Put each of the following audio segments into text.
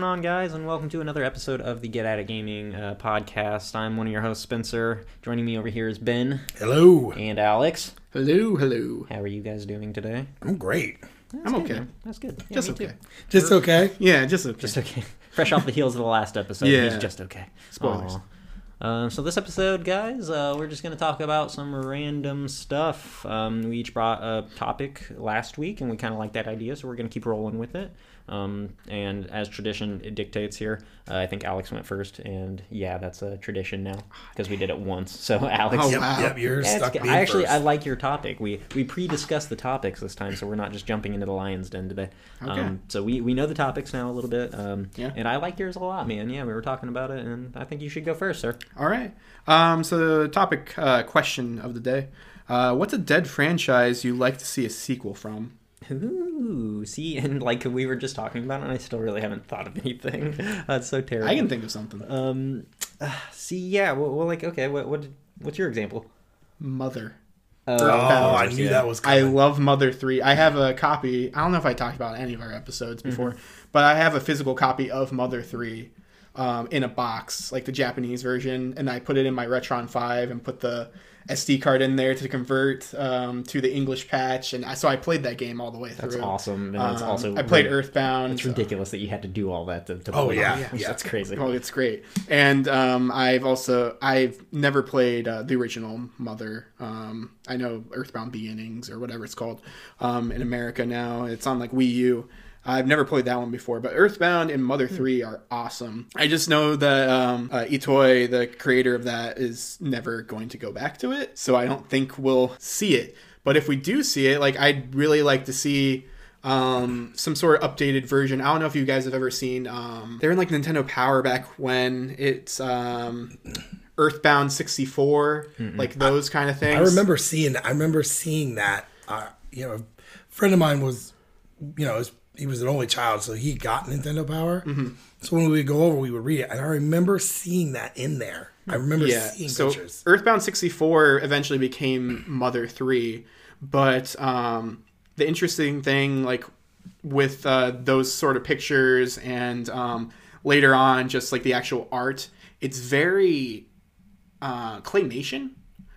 Uh, guys, and welcome to another episode of the Get Out of Gaming uh, podcast. I'm one of your hosts, Spencer. Joining me over here is Ben Hello. and Alex. Hello, hello. How are you guys doing today? I'm great. That's I'm good, okay. man. That's good. Yeah, Just me too. okay. Just okay. Yeah, just okay. Just okay. Fresh off the heels of the last episode, he's Yeah. just okay. Spoilers. Aw. Um, so this episode, guys, uh, we're just gonna talk about some random stuff. Um, we each brought a topic last week, and we kind of like that idea, so we're gonna keep rolling with it. Um, and as tradition it dictates here, uh, I think Alex went first, and yeah, that's a tradition now because we did it once. So Alex, Oh, Yep, wow. yep, you're Yeah, it's stuck good. being I actually first. I like your topic. We we pre-discussed the topics this time, so we're not just jumping into the lion's den today. Okay. Um, so we, we know the topics now a little bit. Um, Yeah. And I like yours a lot, man. Yeah, we were talking about it, and I think you should go first, sir. All right. Um, so, topic uh, question of the day: uh, What's a dead franchise you like to see a sequel from? Ooh, see, and like we were just talking about it, and I still really haven't thought of anything. That's so terrible. I can think of something. Um, ah, see, yeah. Well, well like, okay. What what what's your example? Mother. Oh, Powers, I knew yeah. that was I coming. love Mother Three. I have a copy. I don't know if I talked about it in any of our episodes Mm-hmm. before, but I have a physical copy of Mother Three um, in a box, like the Japanese version, and I put it in my Retron Five and put the SD card in there to convert um, to the English patch, and I, so I played that game all the way through. That's awesome. And that's Um, also I played rid- Earthbound. It's so- ridiculous that you had to do all that to, to Oh, pull it yeah, off. yeah. That's crazy. Oh, it's great. And um, I've also I've never played uh, the original Mother. Um, I know Earthbound Beginnings or whatever it's called um, in America now. It's on like Wii U. I've never played that one before, but Earthbound and Mother 3 are awesome. I just know that um, uh, Itoy, the creator of that, is never going to go back to it, so I don't think we'll see it. But if we do see it, like I'd really like to see um, some sort of updated version. I don't know if you guys have ever seen. Um, they're in like Nintendo Power back when it's um, Earthbound sixty like those kind of things. I remember seeing. I remember seeing that. Uh, you know, a friend of mine was, you know, his, he was an only child, so he got Nintendo Power. Mm-hmm. So when we would go over, we would read it, and I remember seeing that in there. I remember Yeah. seeing So pictures. Earthbound sixty four eventually became Mother three, but um, the interesting thing like with uh, those sort of pictures and um, later on just like the actual art, it's very uh, claymation.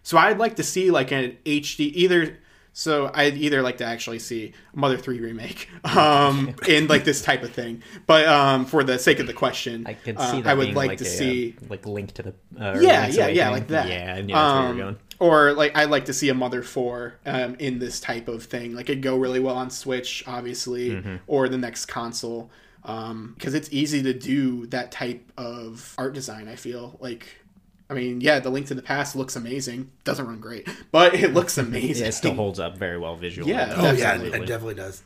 So I'd like to see like an HD either. So I'd either like to actually see Mother Three remake, um, in like this type of thing. But um, for the sake of the question, I could uh, see that. I would being like, like to a, see. uh, like link to the uh, Yeah, Link's yeah, yeah, Awakening. like that. Yeah, I knew that's where you Um, were going. Or like I'd like to see a Mother Four um, in this type of thing. Like it'd go really well on Switch, obviously, Mm-hmm. or the next console, because it's easy to do that type of art design. I feel like, I mean, yeah, the Link to the Past looks amazing. Doesn't run great, but it looks amazing. Yeah, it still holds up very well visually. Yeah, though. Oh yeah, it- Absolutely. it definitely does.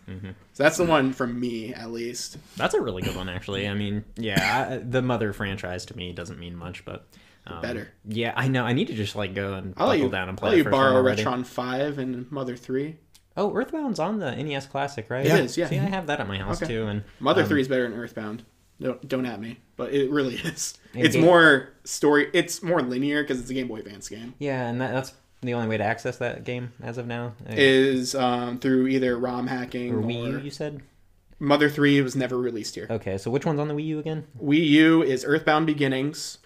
So that's the one from me, at least. that's a really good one actually. I mean, yeah, I, the mother franchise to me doesn't mean much, but um, better. Yeah, I know. I need to just like go and I'll let buckle you, down and I'll play. let the you first one borrow already. Retron 5 and Mother 3. Oh, Earthbound's on the NES Classic, right? It is, yeah. See, I have that at my house Okay. too, and Mother 3 is better than Earthbound. Don't, don't at me, but it really is. And It's Game- more story, it's more linear because it's a Game Boy Advance game. yeah, and that, that's the only way to access that game as of now. Is um, through either ROM hacking or or, Wii U, you said? Mother 3 was never released here. Okay, so which one's on the Wii U again? Wii U is Earthbound Beginnings,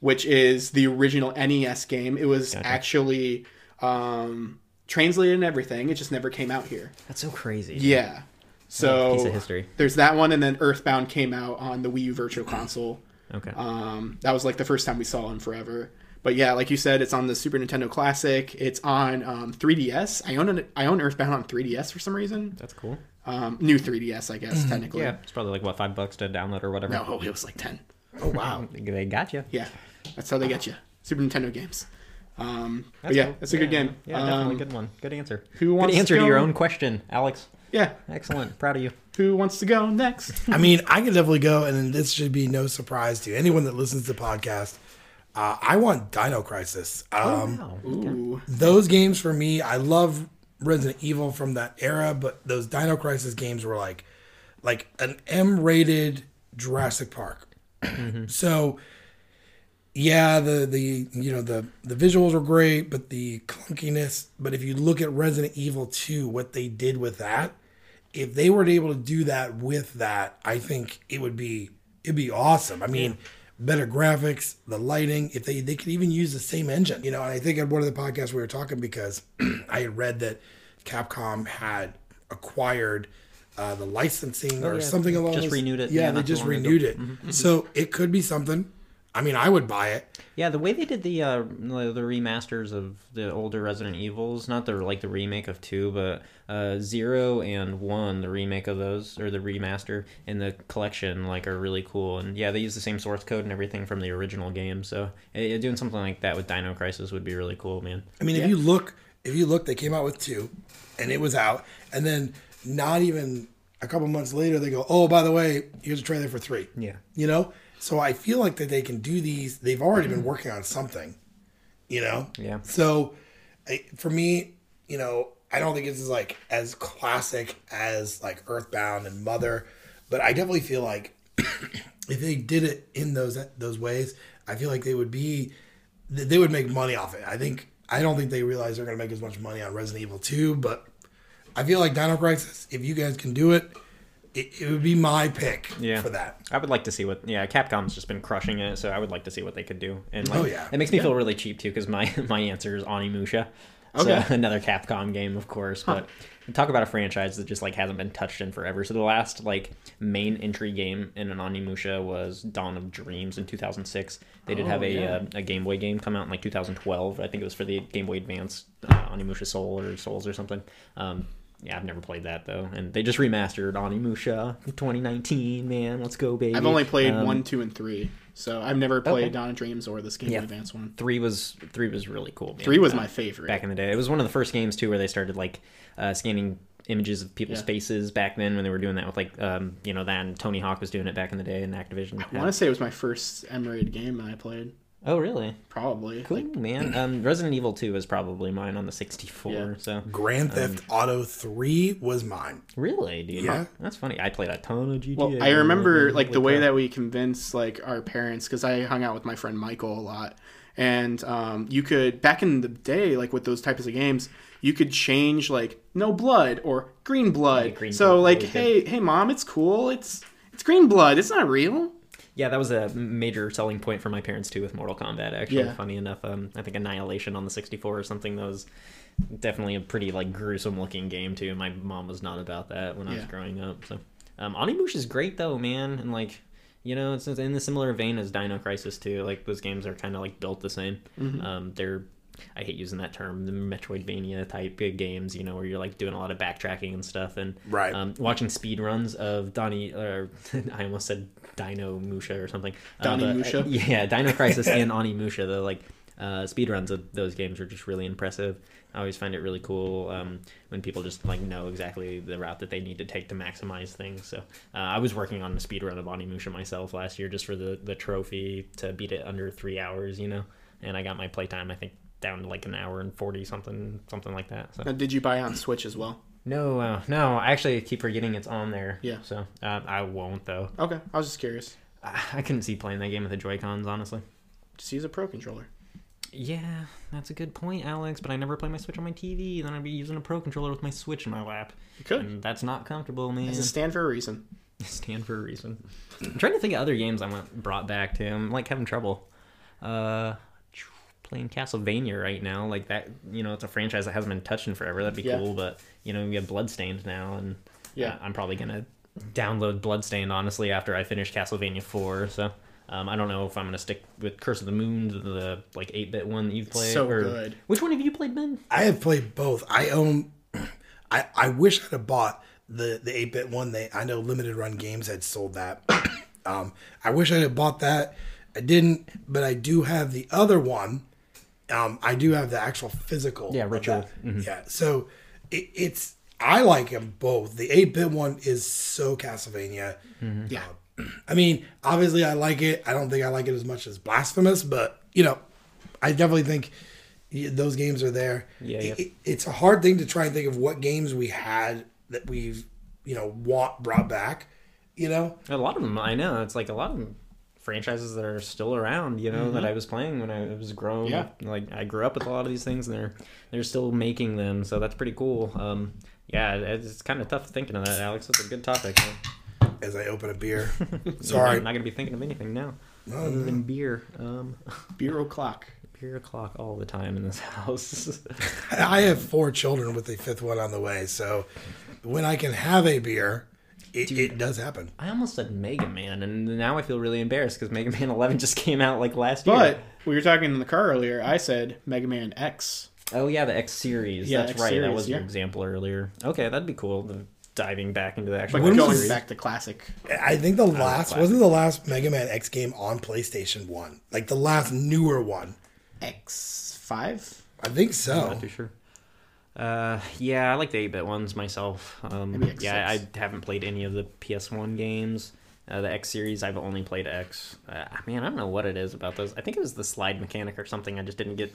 which is the original NES game. It was actually um, translated and everything, it just never came out here. That's so crazy. Yeah. So piece of history. There's that one, and then Earthbound came out on the Wii U Virtual Console. Okay. Um, that was like the first time we saw him forever. But yeah, like you said, it's on the Super Nintendo Classic. It's on um, 3DS. I own an, I own Earthbound on 3DS for some reason. that's cool. Um, new 3DS, I guess technically. Mm-hmm. Yeah, it's probably like what five bucks to download or whatever. No, it was like 10. Oh wow. They got you. Yeah, that's how they get you. Super Nintendo games. Um, but That's yeah, cool. that's a good game. Yeah, definitely Um, good one. Good answer. who wants good to answer to, your go? own question, Alex? Yeah. Excellent. Proud of you. Who wants to go next? I mean, I could definitely go, and this should be no surprise to anyone that listens to the podcast. Uh, I want Dino Crisis. Oh, Um, Wow. Ooh. Those games for me, I love Resident Evil from that era, but those Dino Crisis games were like, like an M-rated Jurassic Park. Mm-hmm. So, yeah, the the you know the the visuals were great, but the clunkiness. But if you look at Resident Evil Two, what they did with that, if they were able to do that with that, I think it would be it'd be awesome. I mean, better graphics, the lighting. If they they could even use the same engine, you know. And I think at one of the podcasts we were talking because I had read that Capcom had acquired uh, the licensing or Oh, yeah, something along. just those- renewed it. Yeah, Yeah, they not too just long ago. renewed it. Mm-hmm. So it could be something. I mean, I would buy it. Yeah, the way they did the uh, the the remasters of the older Resident Evils, not the like the remake of two, but uh, zero and one, the remake of those or the remaster and the collection, like are really cool. And yeah, they use the same source code and everything from the original game. So eh, doing something like that with Dino Crisis would be really cool, man. I mean, if you look, if you look, they came out with two, and it was out, and then not even a couple months later, they go, "Oh, by the way, here's a trailer for three. Yeah. you know. So I feel like that they can do these. They've already been working on something, you know. Mm-hmm. Yeah. So, I, for me, you know, I don't think it's as, like as classic as like Earthbound and Mother, but I definitely feel like if they did it in those those ways, I feel like they would be th- they would make money off it. I think I don't think they realize they're going to make as much money on Resident Evil 2, but I feel like Dino Crisis. If you guys can do it, it, it would be my pick Yeah. for that. I would like to see what yeah, Capcom's just been crushing it, so I would like to see what they could do. And like, Oh, yeah. it makes me feel really cheap too because my my answer is Onimusha. Okay. So another Capcom game, of course, but talk about a franchise that just like hasn't been touched in forever. So the last like main entry game in an Onimusha was Dawn of Dreams in 2006. They did have Oh, a yeah. uh, a Game Boy game come out in like 2012. I think it was for the Game Boy Advance uh, Onimusha Soul or Souls or something. Um, yeah, I've never played that though, and they just remastered Onimusha 2019. Man, let's go, baby! I've only played Um, one, two, and three, so I've never played okay. Dawn of Dreams or this Game Yeah. Boy Advance one. Three was three was really cool. Man. Three was Uh, my favorite. back in the day. It was one of the first games too where they started like uh, scanning images of people's Yeah. faces back then when they were doing that with like um, you know that and Tony Hawk was doing it back in the day and Activision. I want to say it was my first M-rated game I played, Oh really? probably. Cool Like, man. Um, Resident Evil Two was probably mine on the 64. Yeah. So Grand Theft Auto 3 was mine. really, dude. Yeah. That's funny. I played a ton of GTA. well, I remember man. like the With, way uh, that we convinced like our parents because I hung out with my friend Michael a lot, and um, you could back in the day like with those types of games, you could change like no blood or green blood. green so blood, like, really good. hey, hey, mom, it's cool. It's it's green blood. It's not real. Yeah, that was a major selling point for my parents too with Mortal Kombat. Actually, Yeah. funny enough, um, I think Annihilation on the 64 or something that was definitely a pretty like gruesome looking game too. My mom was not about that when I was Yeah. growing up. So, um, Onimusha is great though, man, and like you know, it's it's in the similar vein as Dino Crisis too. Like those games are kind of like built the same. Mm-hmm. Um, they're I hate using that term, the Metroidvania type of games, you know, where you're like doing a lot of backtracking and stuff, and Right. um, watching speed runs of Donnie, or I almost said Dino Musha or something. Uh, Donnie but- Musha? yeah, Dino Crisis and Ani Musha, though, like uh, speed runs of those games are just really impressive. I always find it really cool um, when people just like know exactly the route that they need to take to maximize things. So uh, I was working on a speed run of Ani Musha myself last year just for the the trophy to beat it under three hours, you know. And I got my playtime, I think, down to like an hour and forty something, something like that. So. Now, did you buy on Switch as well? No, uh, no. I actually keep forgetting it's on there. Yeah. So uh, I won't though. Okay, I was just curious. I, I couldn't see playing that game with the Joy Cons, honestly. Just use a Pro controller. Yeah, that's a good point, Alex. But I never play my Switch on my TV. Then I'd be using a Pro controller with my Switch in my lap. You could. And that's not comfortable, man. Does it stand for a reason? Stand for a reason. I'm trying to think of other games I went brought back to. I'm like having trouble. Uh, playing Castlevania right now, like that. You know, it's a franchise that hasn't been touched in forever. That'd be Yeah. cool, but you know, we have Bloodstained now, and Yeah. uh, I'm probably gonna download Bloodstained honestly after I finish Castlevania Four. So. Um, I don't know if I'm gonna stick with Curse of the Moon, the, the like eight bit one that you've played. so or- good. Which one have you played, Ben? I have played both. I own. I I wish I'd have bought the the eight bit one. They I know limited run games had sold that. um, I wish I'd have bought that. I didn't, but I do have the other one. Um, I do have the actual physical. Yeah, of ritual. that. Yeah, so it, it's I like them both. The eight bit one is so Castlevania. Um, Yeah. I mean, obviously, I like it. I don't think I like it as much as Blasphemous, but you know, I definitely think y- those games are there. Yeah, It- yeah. it- it's a hard thing to try and think of what games we had that we've you know want brought back. You know, A lot of them, I know. It's like a lot of them franchises that are still around, you know, that I was playing when I was growing. Yeah. Like I grew up with a lot of these things, and they're they're still making them, so that's pretty cool. Um, yeah, it- it's kind of tough thinking of that, Alex. That's a good topic. man. as I open a beer. Sorry. I'm not gonna be thinking of anything now other than beer. Um, Bureau clock. beer o'clock all the time in this house. I have four children with a fifth one on the way, so when I can have a beer, it, it does happen. I almost said Mega Man, and now I feel really embarrassed because Mega Man 11 just came out like last But year. we were talking in the car earlier. I said Mega Man X. Oh yeah, the X series. Yeah, That's X right. that series, was yeah. your example earlier. Okay, that'd be cool. The, diving back into the actual. Like When going was- back to classic. I think the last wasn't the last Mega Man X game on PlayStation One, like the last newer one. X five. I think Not so. too sure. Uh, yeah, I like the 8 bit ones myself. Um, Maybe X6. yeah, I, I haven't played any of the PS1 games. Uh, the X series, I've only played X. Uh, man, I don't know what it is about those. I think it was the slide mechanic or something. I just didn't get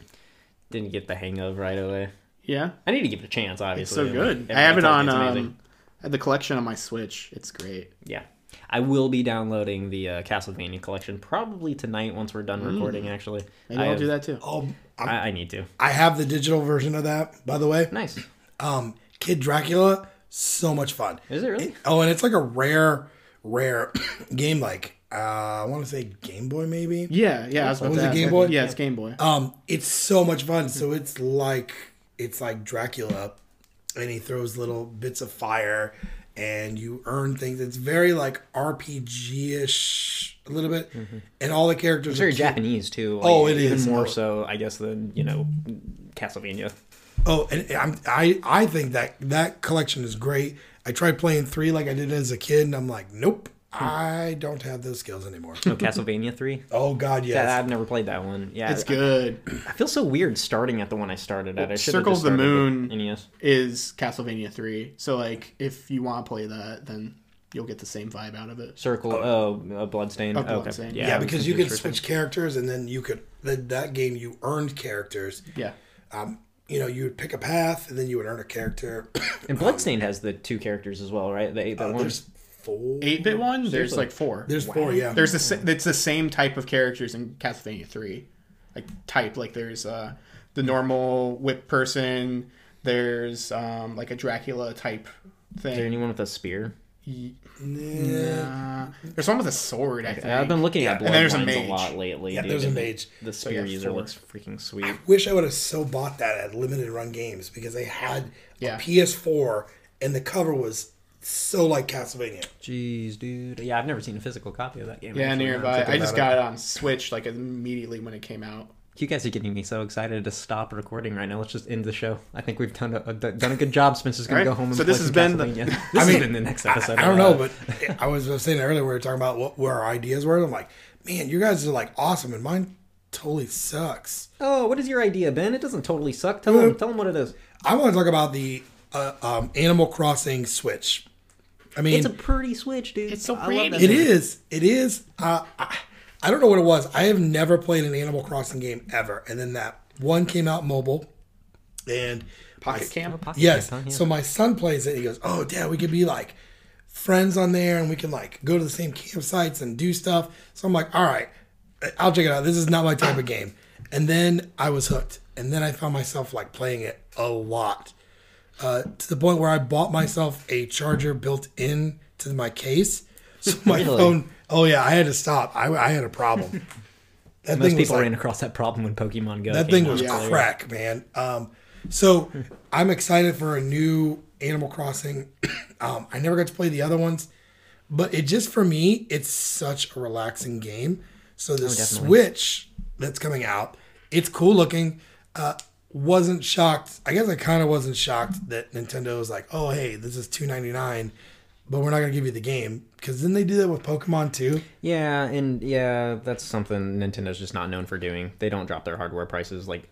didn't get the hang of right away. Yeah, I need to give it a chance. Obviously, it's so Like, good. everybody I have it tells on me it's amazing. um, I have the collection on my Switch. It's great. Yeah. I will be downloading the uh, Castlevania collection probably tonight once we're done recording, actually. Maybe I I'll have- do that too. Oh, I, I, I need to. I have the digital version of that, by the way. Nice. Um, Kid Dracula, so much fun. Is it really? Oh, and it's like a rare, rare game. Like uh, I want to say Game Boy, maybe. Yeah, yeah. I was about Was to Oh, it ask. Game I- Boy? Yeah, it's Game Boy. Um, it's so much fun. So it's like it's like Dracula, and he throws little bits of fire, and you earn things. It's very like RPG ish a little bit, Mm-hmm. and all the characters. It's are very cute. Japanese, too. Like, Oh, it even is. more Oh. so, I guess, than, you know, Castlevania. Oh, and I'm, I I think that that collection is great. I tried playing three like I did as a kid, and I'm like, nope, I don't have those skills anymore. No, Castlevania 3. oh God, yes. I've never played that one. Yeah. It's good. I feel so weird starting at the one I started at. E I should Circle of the Moon. NES. Is Castlevania three. So like, if you want to play that, then you'll get the same vibe out of it. Circle. Oh, uh, Bloodstain. Oh, Okay. Bloodstained. Yeah, yeah, I was because you could confused for a switch characters, and then you could that that game you earned characters. Yeah. um, you know, you would pick a path and then you would earn a character. second. And Bloodstained has the two characters as well, right? The 8 bit one. there's four. Eight bit one. There's Seriously. like four. There's four, yeah. There's the sa- it's the same type of characters in Castlevania three, like type like there's uh, the normal whip person. There's um, like a Dracula type Is there thing. anyone with a spear? yeah, Uh, there's one with a sword. I think. I've been looking at Yeah, and there's a Bloodlines a, mage. lot lately. yeah dude, there's a and mage. The spear yeah, user four. looks freaking sweet. Wish I would have so bought that at limited run games because they had Yeah. a PS4 and the cover was so like Castlevania. Jeez, dude. Yeah, I've never seen a physical copy of that game. yeah, actually, now I'm nearby. thinking I just about got it on Switch like immediately when it came out. it. You guys are getting me so excited to stop recording right now. Let's just end the show. I think we've done a, a- done a good job. Spencer's gonna All right, go home and so play this some has been the- Castlevania. I this has mean, been the next I- episode. I, of, don't know, uh, but I was saying earlier we were talking about what where our ideas were. And I'm like, man, you guys are like awesome, and mine totally sucks. oh, what is your idea, Ben? It doesn't totally suck. Tell him, tell him what it is. I want to talk about the uh, um, Animal Crossing Switch. I mean, It's a pretty Switch, dude. It's so I love pretty. that It thing. is. It is. Uh, I, I don't know what it was. I have never played an Animal Crossing game ever, and then that one came out mobile, and Pocket my- Camp. Pocket Yes. camp, huh? Yeah. So my son plays it. And he goes, "Oh, Dad, we could be like friends on there, and we can like go to the same campsites and do stuff." So I'm like, "All right, I'll check it out. This is not my type of game." And then I was hooked, and then I found myself like playing it a lot uh, to the point where I bought myself a charger built in to my case. So my Really? phone. Oh yeah, I had to stop. I, I had a problem. That Most was people like- ran across that problem when Pokemon Go. that came thing was out. crack, man. Um, so I'm excited for a new Animal Crossing. um, I never got to play the other ones, but it just for me, it's such a relaxing game. So the Oh, definitely. Switch that's coming out, it's cool looking. Uh, wasn't shocked. I guess I kind of wasn't shocked that Nintendo was like, "Oh, hey, this is 2.99." But we're not gonna give you the game because then they do that with Pokemon too. Yeah, and yeah, that's something Nintendo's just not known for doing. They don't drop their hardware prices like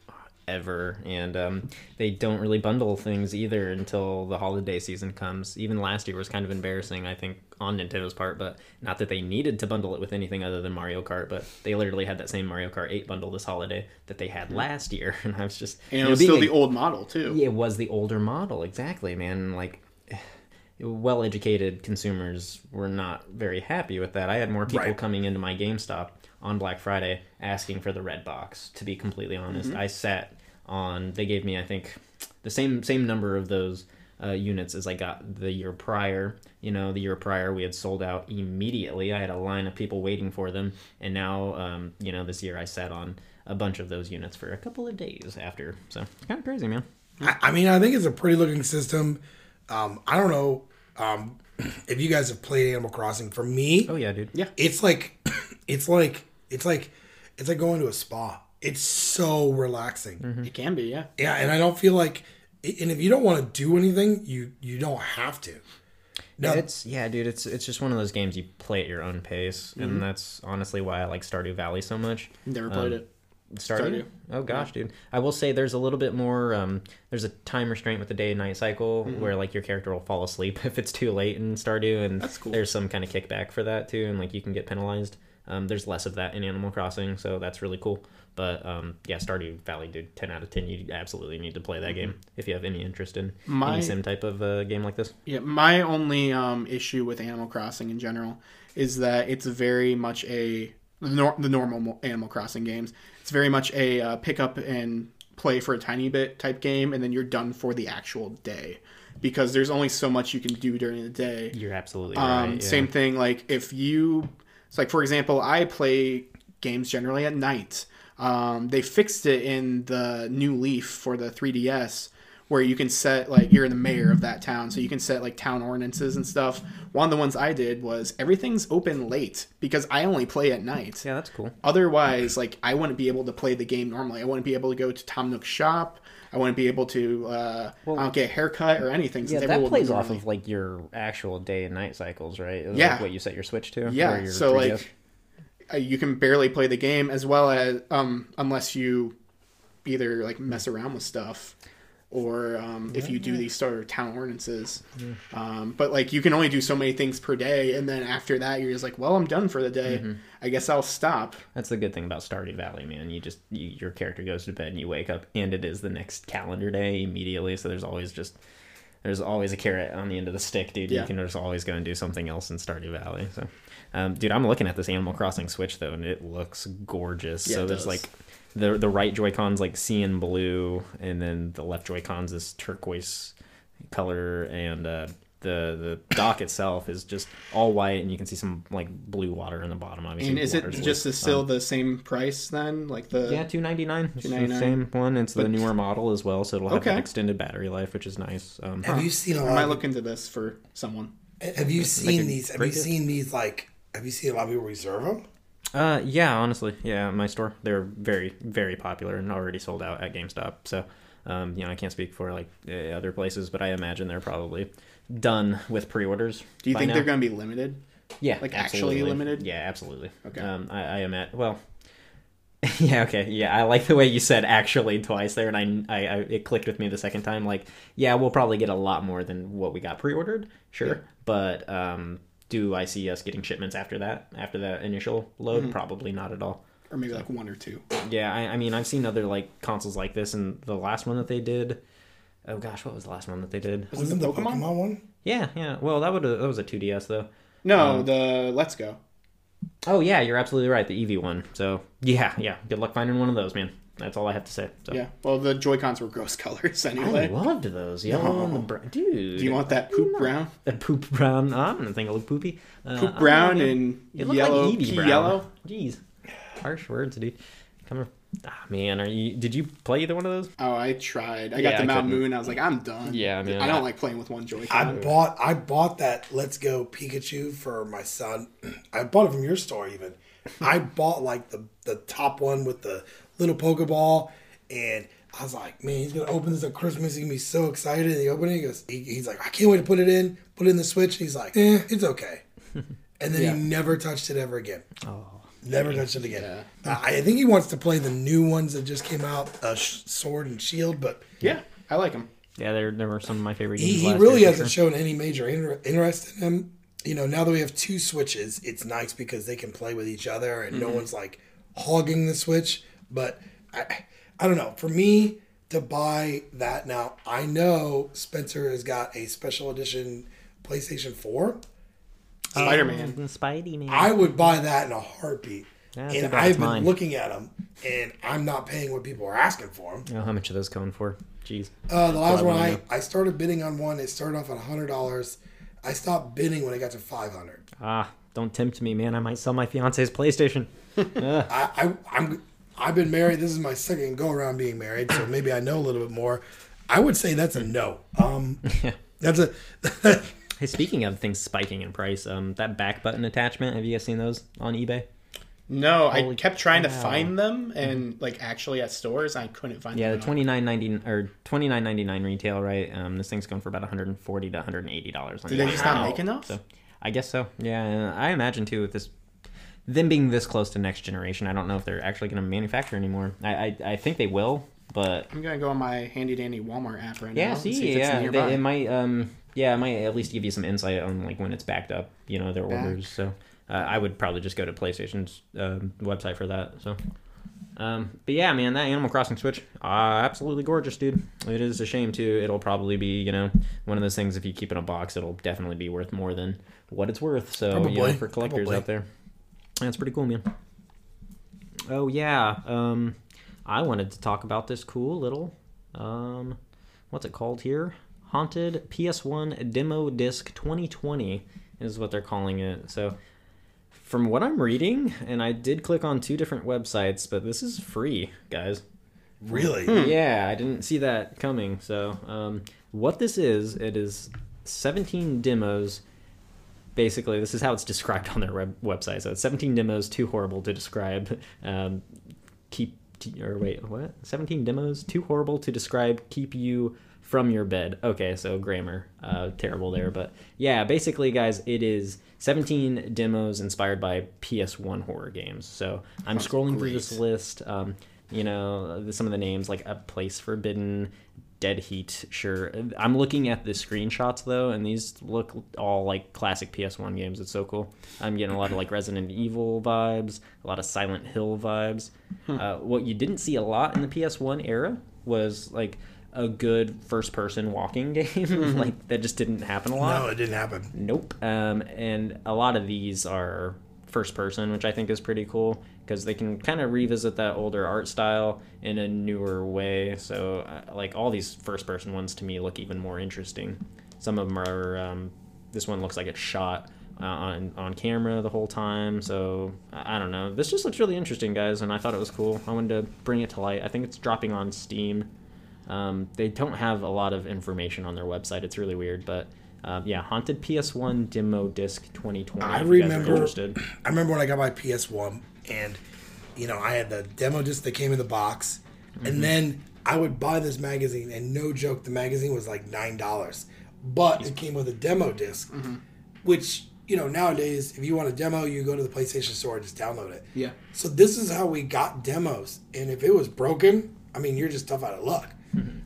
ever, and um, they don't really bundle things either until the holiday season comes. Even last year was kind of embarrassing, I think, on Nintendo's part, but not that they needed to bundle it with anything other than Mario Kart, but they literally had that same Mario Kart 8 bundle this holiday that they had last year, and I was just. you Hmm. And it know, was being still a- the old model too. yeah, it was the older model, exactly, man. And, Like, well educated consumers were not very happy with that. I had more people Right. coming into my GameStop on Black Friday asking for the red box, to be completely honest. I sat on, they gave me, I think, the same same number of those uh, units as I got the year prior. You know, the year prior we had sold out immediately. I had a line of people waiting for them, and now um, you know this year I sat on a bunch of those units for a couple of days after. So it's kind of crazy, man. I, I mean, I think it's a pretty looking system. Um, I don't know um, if you guys have played Animal Crossing. For me, Oh yeah, dude. Yeah. it's like, it's like, it's like, it's like going to a spa. It's so relaxing. It can be, yeah. Yeah, and I don't feel like, and if you don't want to do anything, you you don't have to. No, It's yeah, dude. It's it's just one of those games you play at your own pace, Mm-hmm. and that's honestly why I like Stardew Valley so much. Never Um, played it. Stardew. Stardew. Oh gosh, dude. I will say there's a little bit more. Um, there's a time restraint with the day and night cycle Mm-hmm. where like your character will fall asleep if it's too late in Stardew, and That's cool. there's some kind of kickback for that too, and like you can get penalized. Um, there's less of that in Animal Crossing, so that's really cool. But um, yeah, Stardew Valley, dude, ten out of ten. You absolutely need to play that game if you have any interest in Mm-hmm. My- any sim type of uh, game like this. Yeah, my only um, issue with Animal Crossing in general is that it's very much a the, nor- the normal mo- Animal Crossing games. It's very much a uh, pick up and play for a tiny bit type game, and then you're done for the actual day because there's only so much you can do during the day. You're absolutely Um, right. yeah. Same thing. Like if you, it's like for example, I play games generally at night. Um, they fixed it in the new Leaf for the 3DS, where you can set like you're the mayor of that town, so you can set like town ordinances and stuff. One of the ones I did was everything's open late because I only play at night. Yeah, that's cool. Otherwise, like I wouldn't be able to play the game normally. I wouldn't be able to go to Tom Nook's shop. I wouldn't be able to. Uh, I don't get a haircut or anything. Yeah, since that everyone plays was off normally- of like your actual day and night cycles, right? Is, Yeah. like, what you set your Switch to. or Yeah, your so 3DS? like uh, you can barely play the game as well as um unless you either like mess around with stuff or um, if you do these sort of town ordinances. Um, but like you can only do so many things per day and then after that you're just like, well, I'm done for the day. Mm-hmm. I guess I'll stop. that's the good thing about Stardew Valley, man. You just you, your character goes to bed and you wake up, and it is the next calendar day immediately. So there's always just there's always a carrot on the end of the stick, dude. Yeah. You can just always go and do something else in Stardew Valley. So, um, dude, I'm looking at this Animal Crossing Switch though, and it looks gorgeous. Yeah, so it there's does. like the the right Joy Cons like cyan blue, and then the left Joy Cons is turquoise color, and uh, the the dock itself is just all white, and you can see some like blue water in the bottom. Obviously, And is it water's just loose. still the same price then? Like the Yeah, two ninety nine. It's the 299. same one. It's the newer model as well, so it'll have Okay. that extended battery life, which is nice. Um, have you seen a I lot? might Of, look into this for someone. have you seen a these? Have you great gift. seen these? Like, have you seen a lot of people reserve them? uh, yeah, honestly, yeah, my store they're very very popular and already sold out at GameStop. So, um, you know, I can't speak for like eh, other places, but I imagine they're probably done with pre-orders. Do you by think now. they're gonna be limited? Yeah, like, actually limited? Yeah, absolutely. Okay. Um, I, I am at well. Yeah. Okay. Yeah, I like the way you said "actually" twice there, and I, I, I, it clicked with me the second time. Like, yeah, we'll probably get a lot more than what we got pre-ordered, sure. But um, do I see us getting shipments after that? After that initial load, Mm-hmm. probably not at all. Or maybe like one or two. Yeah, I, I mean, I've seen other like consoles like this, and the last one that they did. Oh gosh, what was the last one that they did? Was Wasn't the Pokemon, one? Yeah, yeah. Well, that would that was a 2DS though. No, Um, the Let's Go. Oh yeah, you're absolutely right. The EV one. So yeah, yeah. Good luck finding one of those, man. That's all I have to say. So. Yeah. Well, the Joy Cons were gross colors I anyway. loved those yellow and the brown, dude. Do you want that poop brown? that poop brown? I don't think I look poopy. Uh, Poop I- brown and it looked yellow. like Eevee pea brown. yellow. Jeez, harsh words, dude. Come on, ah, man. Are you? Did you play either one of those? Oh, I tried. I Yeah, got I the Mount couldn't. Moon. I was like, I'm done. Yeah, I mean, I don't I- like playing with one I Joy-Con. bought I bought that Let's Go Pikachu for my son. I bought it from your store even. I bought like the the top one with the little Pokeball, and I was like, man, he's gonna open this at Christmas. He's gonna be so excited. And he opened it. He goes, he, he's like, I can't wait to put it in. Put it in the Switch. He's like, eh, it's okay. And then Yeah. he never touched it ever again. Oh, Never touched it again. I I think he wants to play the new ones that just came out, uh, Sh- Sword and Shield, but Yeah, I like them. yeah. They're they were some of my favorite. he, games he last really year, for hasn't sure. shown any major inter- interest in him. You know, now that we have two switches, it's nice because they can play with each other and Mm-hmm. no one's like hogging the switch. But I, I don't know. For me to buy that now, I know Spencer has got a special edition Mm-hmm. PlayStation Four. Um, Spider-Man. Spidey man. I would buy that in a heartbeat. Yeah, I think and that's I've been mine. looking at them, and I'm not paying what people are asking for them. Oh, how much are those going for? Jeez. Uh, the last I one wanna I, I started bidding on one. It started off at hundred dollars. I stopped bidding when it got to five hundred. Ah, don't tempt me, man. I might sell my fiance's PlayStation. Ah. Ugh. I, I I'm I've been married. This is my second go around being married, so maybe I know a little bit more. I would say that's a no. Um, that's a Hey, speaking of things spiking in price, um, that back button attachment. Have you guys seen those on eBay? No, I Holy kept trying to cow. Mm-hmm. find them and like actually at stores I couldn't find Yeah, them. the twenty nine ninety or twenty nine ninety nine retail, right? Um, this thing's going for about one hundred and forty to one hundred and eighty dollars. Did they just not make enough? So, I guess so. Yeah, and I imagine too with this, them being this close to next generation. I don't know if they're actually going to manufacture anymore. I, I I think they will, but I'm gonna go on my handy dandy Walmart app right now. yeah, and see, if it's yeah, nearby. they, it might um yeah, it might at least give you some insight on like when it's backed up, you know, their Back. orders. So uh, I would probably just go to PlayStation's um, website for that. So. Um, but yeah, man, that Animal Crossing Switch, uh, absolutely gorgeous, dude. It is a shame too. It'll probably be, you know, one of those things. If you keep it in a box, it'll definitely be worth more than what it's worth. So you know, Probably. for collectors Probably. out there, that's pretty cool, man. Oh yeah, um, I wanted to talk about this cool little, um, what's it called here? Haunted PS1 Demo Disc 2020 is what they're calling it. So from what I'm reading, and I did click on two different websites, but this is free, guys. really Hmm. Yeah, I didn't see that coming. So, um, what this is, it is 17 demos. Basically, this is how it's described on their web- website. So, it's 17 demos too horrible to describe. Um, keep t- or wait, what? 17 demos too horrible to describe. Keep you from your bed. Okay, so grammar uh, terrible there, but yeah, basically, guys, it is 17 demos inspired by PS1 horror games. So, I'm scrolling through this great. list. Um, you know, the- some of the names like A Place Forbidden, Dead Heat, sure. I'm looking at the screenshots though, and these look all like classic PS1 games. It's so cool. I'm getting a lot of like Resident Evil vibes, a lot of Silent Hill vibes. Uh, what you didn't see a lot in the PS1 era was like a good first person walking game. like, that just didn't happen a lot. no, it didn't happen. Nope. Um, and a lot of these are first person, which I think is pretty cool because they can kind of revisit that older art style in a newer way. So, uh, like, all these first person ones to me look even more interesting. Some of them are, um, this one looks like it's shot. Uh, on on camera the whole time, so I I don't know. This just looks really interesting, guys, and I thought it was cool. I wanted to bring it to light. I think it's dropping on Steam um, they don't have a lot of information on their website. It's really weird, but um, yeah, haunted PS1 demo disc 2020. I if you guys are remember- interested. I remember when I got my PS1, and you know I had the demo disc that came in the box, and then I would buy this magazine, and no joke, the magazine was like nine dollars, but it came with a demo disk which you know nowadays, if you want a demo, you go to the PlayStation store and just download it. Yeah. So this is how we got demos, and if it was broken, I mean, you're just tough out of luck.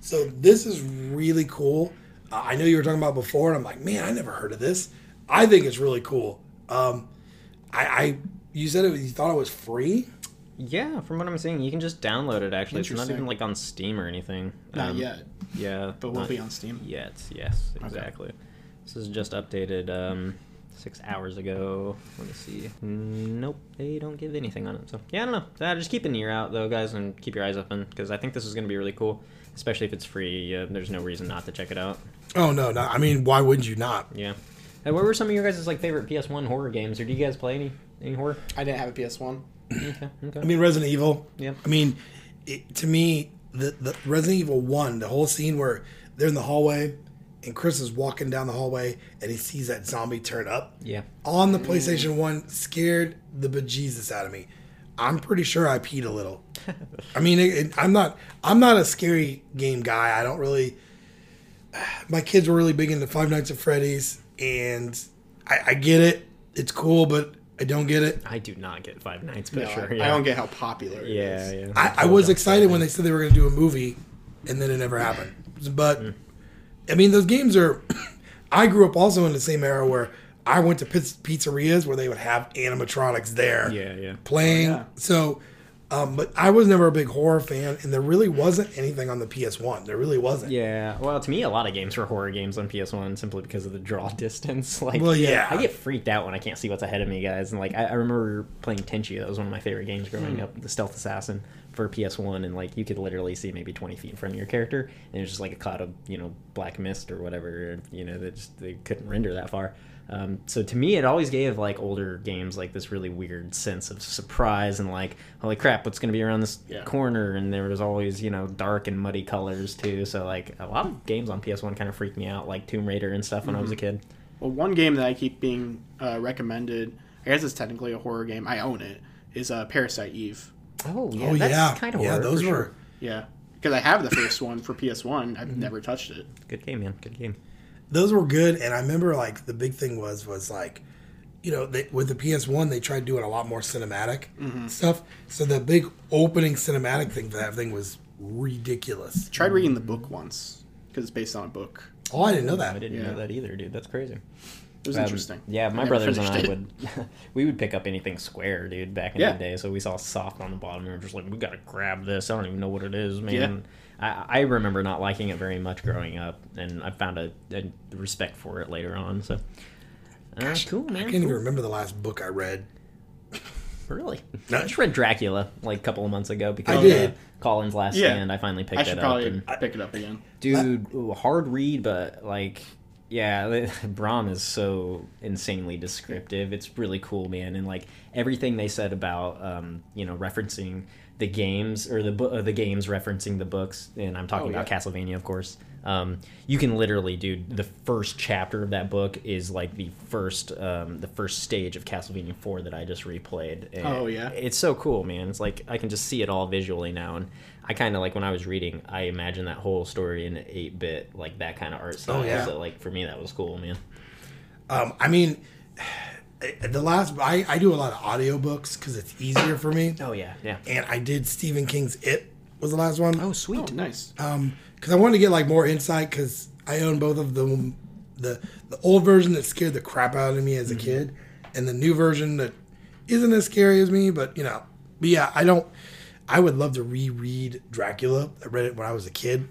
So this is really cool. Uh, I know you were talking about before, and I'm like, man, I never heard of this. I think it's really cool. Um, I, I you said it. You thought it was free. Yeah, from what I'm seeing, you can just download it. Actually, it's not Interesting. even like on Steam or anything. Not Um, yet, Yeah, but we'll not be on Steam. yet. Yes, exactly. This is just updated um, six hours ago. Let me see. Nope, they don't give anything on it. So yeah, I don't know. Uh, just keep an ear out though, guys, and keep your eyes open because I think this is going to be really cool. Especially if it's free, uh, there's no reason not to check it out. Oh no, no. I mean, why would you not? Yeah. Hey, what were some of your guys' like favorite PS1 horror games, or do you guys play any any horror? I didn't have a PS One. Okay. I okay. mean, Resident Evil. Yeah. I mean, it, to me, the, the Resident Evil One, the whole scene where they're in the hallway and Chris is walking down the hallway and he sees that zombie turn up Yeah. on the PlayStation One, scared the bejesus out of me. I'm pretty sure I peed a little. I mean, it, it, I'm not I'm not a scary game guy. I don't really. My kids were really big into Five Nights at Freddy's, and I, I get it. It's cool, but I don't get it. I do not get Five Nights, but No, I- sure. I, Yeah. don't get how popular. it is. yeah, yeah. I, I was excited when they said they were going to do a movie, and then it never happened. But I mean, those games are. I grew up also in the same era where I went to piz- pizzerias where they would have animatronics there Oh, Yeah, yeah. playing. yeah. So Um, but I was never a big horror fan, and there really wasn't anything on the PS1. There really wasn't. Yeah, well, to me, a lot of games were horror games on PS1 simply because of the draw distance. Like, Well, yeah. I get freaked out when I can't see what's ahead of me, guys. And like, I, I remember playing Tenchi. That was one of my favorite games growing Hmm. up, the Stealth Assassin for PS1, and like, you could literally see maybe 20 feet in front of your character, and it was just like a cloud of you know black mist or whatever. You know, that just they couldn't render that far. Um, so to me, it always gave like older games like this really weird sense of surprise and like, holy crap, what's going to be around this Yeah. corner? And there was always you know dark and muddy colors too. So like a lot of games on PS1 kind of freaked me out, like Tomb Raider and stuff when I was a Mm-hmm. kid. Well, one game that I keep being uh, recommended, I guess it's technically a horror game. I own it. Is uh, Parasite Eve. Oh yeah, Oh yeah, that's kind of yeah. horror, Those for were sure. Yeah, because I have the first one for PS One. Mm-hmm. I've never touched it. good game, man. Good game. those were good, and I remember like the big thing was was like, you know, they, with the PS1 they tried doing a lot more cinematic Mm-hmm. stuff. So the big opening cinematic thing for that thing was ridiculous. Tried reading the book once because it's based on a book. Oh, I didn't know I that. didn't Yeah. know that either, dude. That's crazy. It was Um, interesting. Yeah, my never brothers and I finished it. would we would pick up anything square, dude, back in Yeah. the day. So we saw soft on the bottom, and we were just like, we gotta grab this. I don't even know what it is, man. Yeah. I, I remember not liking it very much growing up, and I found a, a respect for it later on. So, uh, cool, I man. can't even remember the last book I read. Really, No. I just read Dracula like a couple of months ago because did. Uh, Colin's Last Yeah. Stand. I finally picked I it should up. probably And, pick it up again. dude ooh, hard read but like yeah brahm is so insanely descriptive it's really cool man and like everything they said about um, you know referencing the games or the bu- uh, the games referencing the books and i'm talking Oh, about yeah. castlevania of course um, you can literally dude the first chapter of that book is like the first um, the first stage of castlevania 4 that i just replayed and Oh, yeah? it's so cool, man. It's like I can just see it all visually now, and I kind of like when I was reading, I imagined that whole story in eight bit, like that kind of art style. yeah. So like for me, that was cool, man. Um, I mean, eh, the last I, I do a lot of audiobooks because it's easier for me. Oh yeah, yeah. And I did Stephen King's It was the last one. Oh Oh, sweet. nice. um because i wanted to get like more insight because i own both of them the the old version that scared the crap out of me as a Mm-hmm. kid and the new version that isn't as scary as me but you know but yeah i don't i would love to reread dracula i read it when i was a kid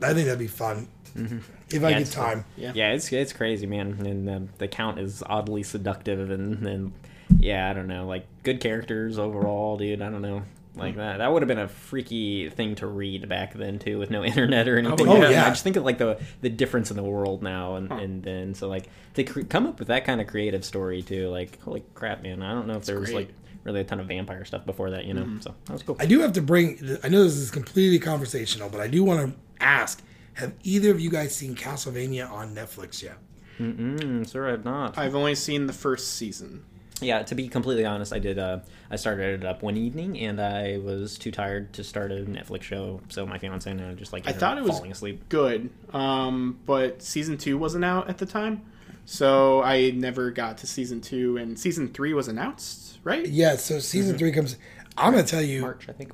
i think that'd be fun if i Mm-hmm. Yeah, get it's fun. time Yeah. Yeah. it's it's crazy, man. And um, the count is oddly seductive, and and yeah, I don't know, like good characters overall, dude. I don't know. Like that, that would have been a freaky thing to read back then too, with no internet or anything. Oh, like that. yeah. I just think of like the the difference in the world now and, and then. So like to cre- come up with that kind of creative story too, like holy crap, man! I don't know if there was great. like really a ton of vampire stuff before that, you know. So that was cool. i do have to bring i know this is completely conversational but i do want to ask have either of you guys seen castlevania on netflix yet Mm, sir, I have not. I've only seen the first season. Yeah, to be completely honest, I did. Uh, I started it up one evening, and I was too tired to start a Netflix show, so my fiance and I just like I ended thought up it was falling asleep. good, um, but season two wasn't out at the time, so I never got to season two. And season three was announced, right? yeah so season Mm-hmm. three comes i'm gonna tell you March, I think.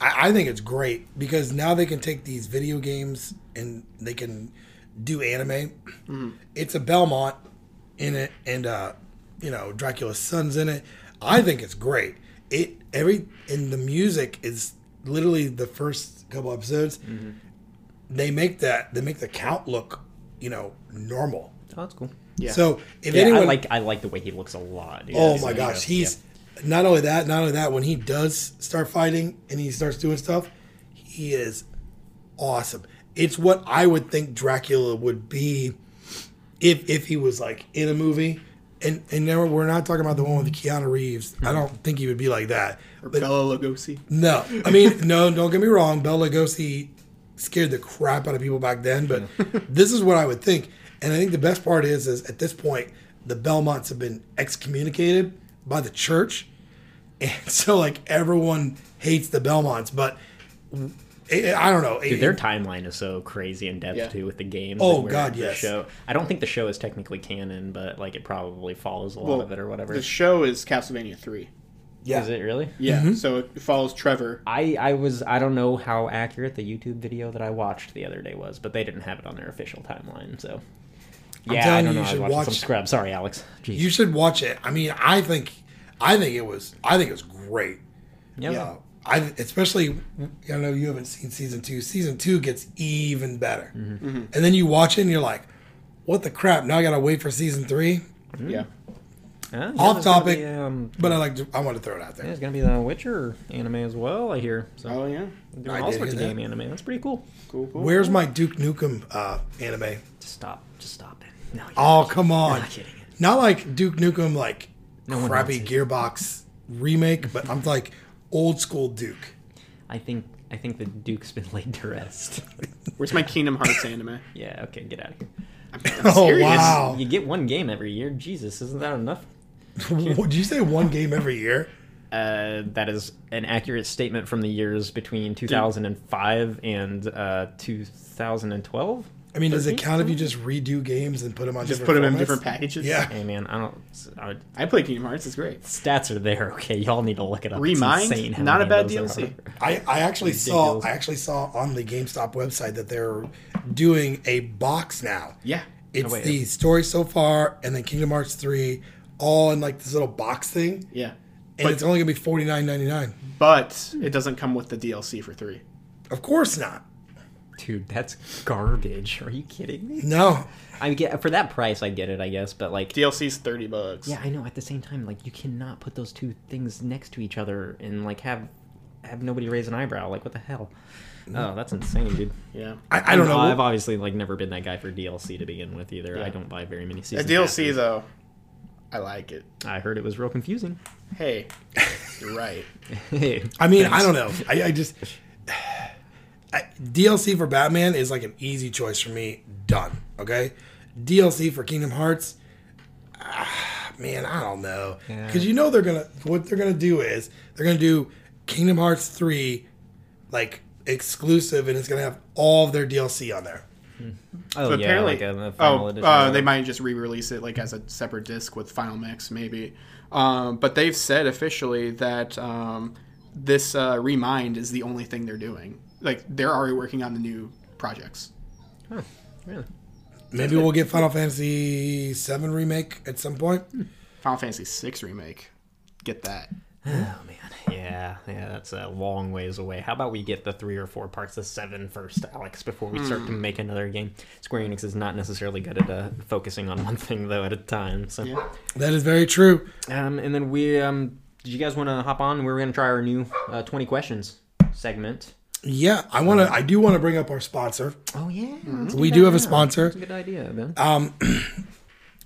I, I think it's great because now they can take these video games and they can do anime. Mm-hmm. It's a Belmont in it, and uh, you know Dracula's son's in it. I think it's great. It every and the music is literally the first couple episodes. Mm-hmm. They make that they make the count look, you know, normal. Oh, that's cool. Yeah. So if Yeah, anyone I like I like the way he looks a lot. dude. Oh He's my like, gosh, you know, he's not only that, not only that. When he does start fighting and he starts doing stuff, he is awesome. It's what I would think Dracula would be if if he was like in a movie. And and now we're not talking about the one with Keanu Reeves. I don't think he would be like that. Or But Bella Lugosi. no, I mean no. Don't get me wrong. Bela Lugosi scared the crap out of people back then, but this is what I would think. And I think the best part is, is at this point, the Belmonts have been excommunicated by the church, and so like everyone hates the Belmonts. But it, I don't know. Dude, their timeline is so crazy in depth Yeah. too with the games. Oh, like, where God, the yes. Show. I don't think the show is technically canon, but like it probably follows a lot Well, of it or whatever. The show is Castlevania three. yeah. Is it really? Yeah, Mm-hmm. so it follows Trevor. I, I was I don't know how accurate the YouTube video that I watched the other day was, but they didn't have it on their official timeline. So yeah, I telling don't know. you, you I should watched watch- some scrub. Sorry, Alex. Jeez. You should watch it. I mean, I think, I think it was, I think it was great. Yeah. Yeah. I Uh, especially I know you haven't seen season two. Season two gets even better, Mm-hmm. Mm-hmm. and then you watch it and you're like, "What the crap?" Now I gotta wait for season three. Yeah. Yeah, Off there's gonna topic. Be, um, But I like to, I want to throw it out there. yeah, it's gonna be the Witcher anime as well. I hear. So Oh yeah. doing I all did sorts of hear game anime. That's pretty cool. Cool. cool. Where's my Duke Nukem uh, anime? Just stop. Just stop it. No. you're Oh not come on! Not kidding. Not like Duke Nukem, like No one crappy wants Gearbox remake, but I'm like old school Duke. I think I think the Duke's been laid to rest. Where's my Kingdom Hearts anime? yeah. Okay. Get out of here. I'm, Oh, serious. wow. You get one game every year. Jesus, isn't that enough? Did you say one game every year? Uh, that is an accurate statement from the years between 2005 and uh, 2012. I mean, does it count if you just redo games and put them on Just put different them in formats? different packages. Yeah. Hey man, I don't. I, I play Kingdom Hearts. It's great. stats are there. Okay, y'all need to look it up. It's insane how Remind, not a many bad of those are. DLC. I, I actually Ridiculous. saw I actually saw on the GameStop website that they're doing a box now. Yeah. It's wait. the story so far and then Kingdom Hearts three all in like this little box thing. Yeah. And it's only gonna be forty nine ninety nine. But it doesn't come with the DLC for three. Of course not. Dude, that's garbage. Are you kidding me? No. I get for that price, I get it, I guess, but like, DLC's thirty bucks. yeah, I know. At the same time, like, you cannot put those two things next to each other and like have have nobody raise an eyebrow. Like, what the hell? Mm-hmm. Oh, that's insane, dude. Yeah. I, I don't know. I've obviously like never been that guy for DLC to begin with either. I Yeah. don't buy very many A season DLC passes. though, I like it. I heard it was real confusing. Oh, Hey, you're right. I mean, I don't know. I, I just I, DLC for Batman is like an easy choice for me. Done. Okay. DLC for Kingdom Hearts. ah, man, I don't know Yeah. because you know they're gonna what they're gonna do is they're gonna do Kingdom Hearts three like exclusive, and it's gonna have all of their DLC on there. Oh But yeah, apparently, like a, a final oh, edition. uh, they might just re-release it like as a separate disc with final mix, maybe. Um, but they've said officially that um, this uh, remind is the only thing they're doing. Like they're already working on the new projects. Huh, really? Maybe we'll get Final Fantasy seven remake at some point. Final Fantasy VI remake. Get that. Oh man, yeah, yeah, that's a long ways away. How about we get the three or four parts of seven first, Alex, before we start to Hmm. make another game? Square Enix is not necessarily good at uh, focusing on one thing though at a time. So, Yeah. That is very true. um, and then we, um, did you guys want to hop on? We were gonna try our new uh, twenty questions segment. Yeah, I wanna. I do want to bring up our sponsor. Oh yeah, let's We that do have a now. sponsor. That's a good idea, man.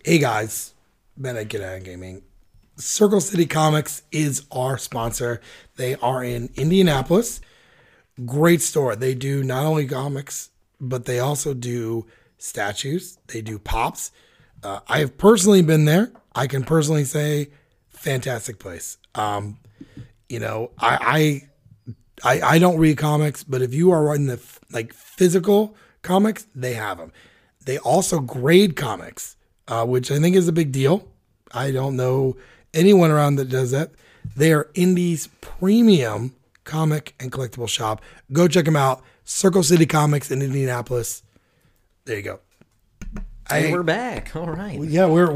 Hey guys, Ben at Get Out of Gaming. Circle City Comics is our sponsor. They are in Indianapolis. Great store. They do not only comics, but they also do statues. They do pops. Uh, I have personally been there. I can personally say, fantastic place. Um, you know, I, I, I, I don't read comics, but if you are in the f- like physical comics, they have them. They also grade comics, uh, which I think is a big deal. I don't know anyone around that does that. They are Indie's premium comic and collectible shop. Go check them out. Circle City Comics in Indianapolis. There you go. And I- we're back. All right. yeah, we're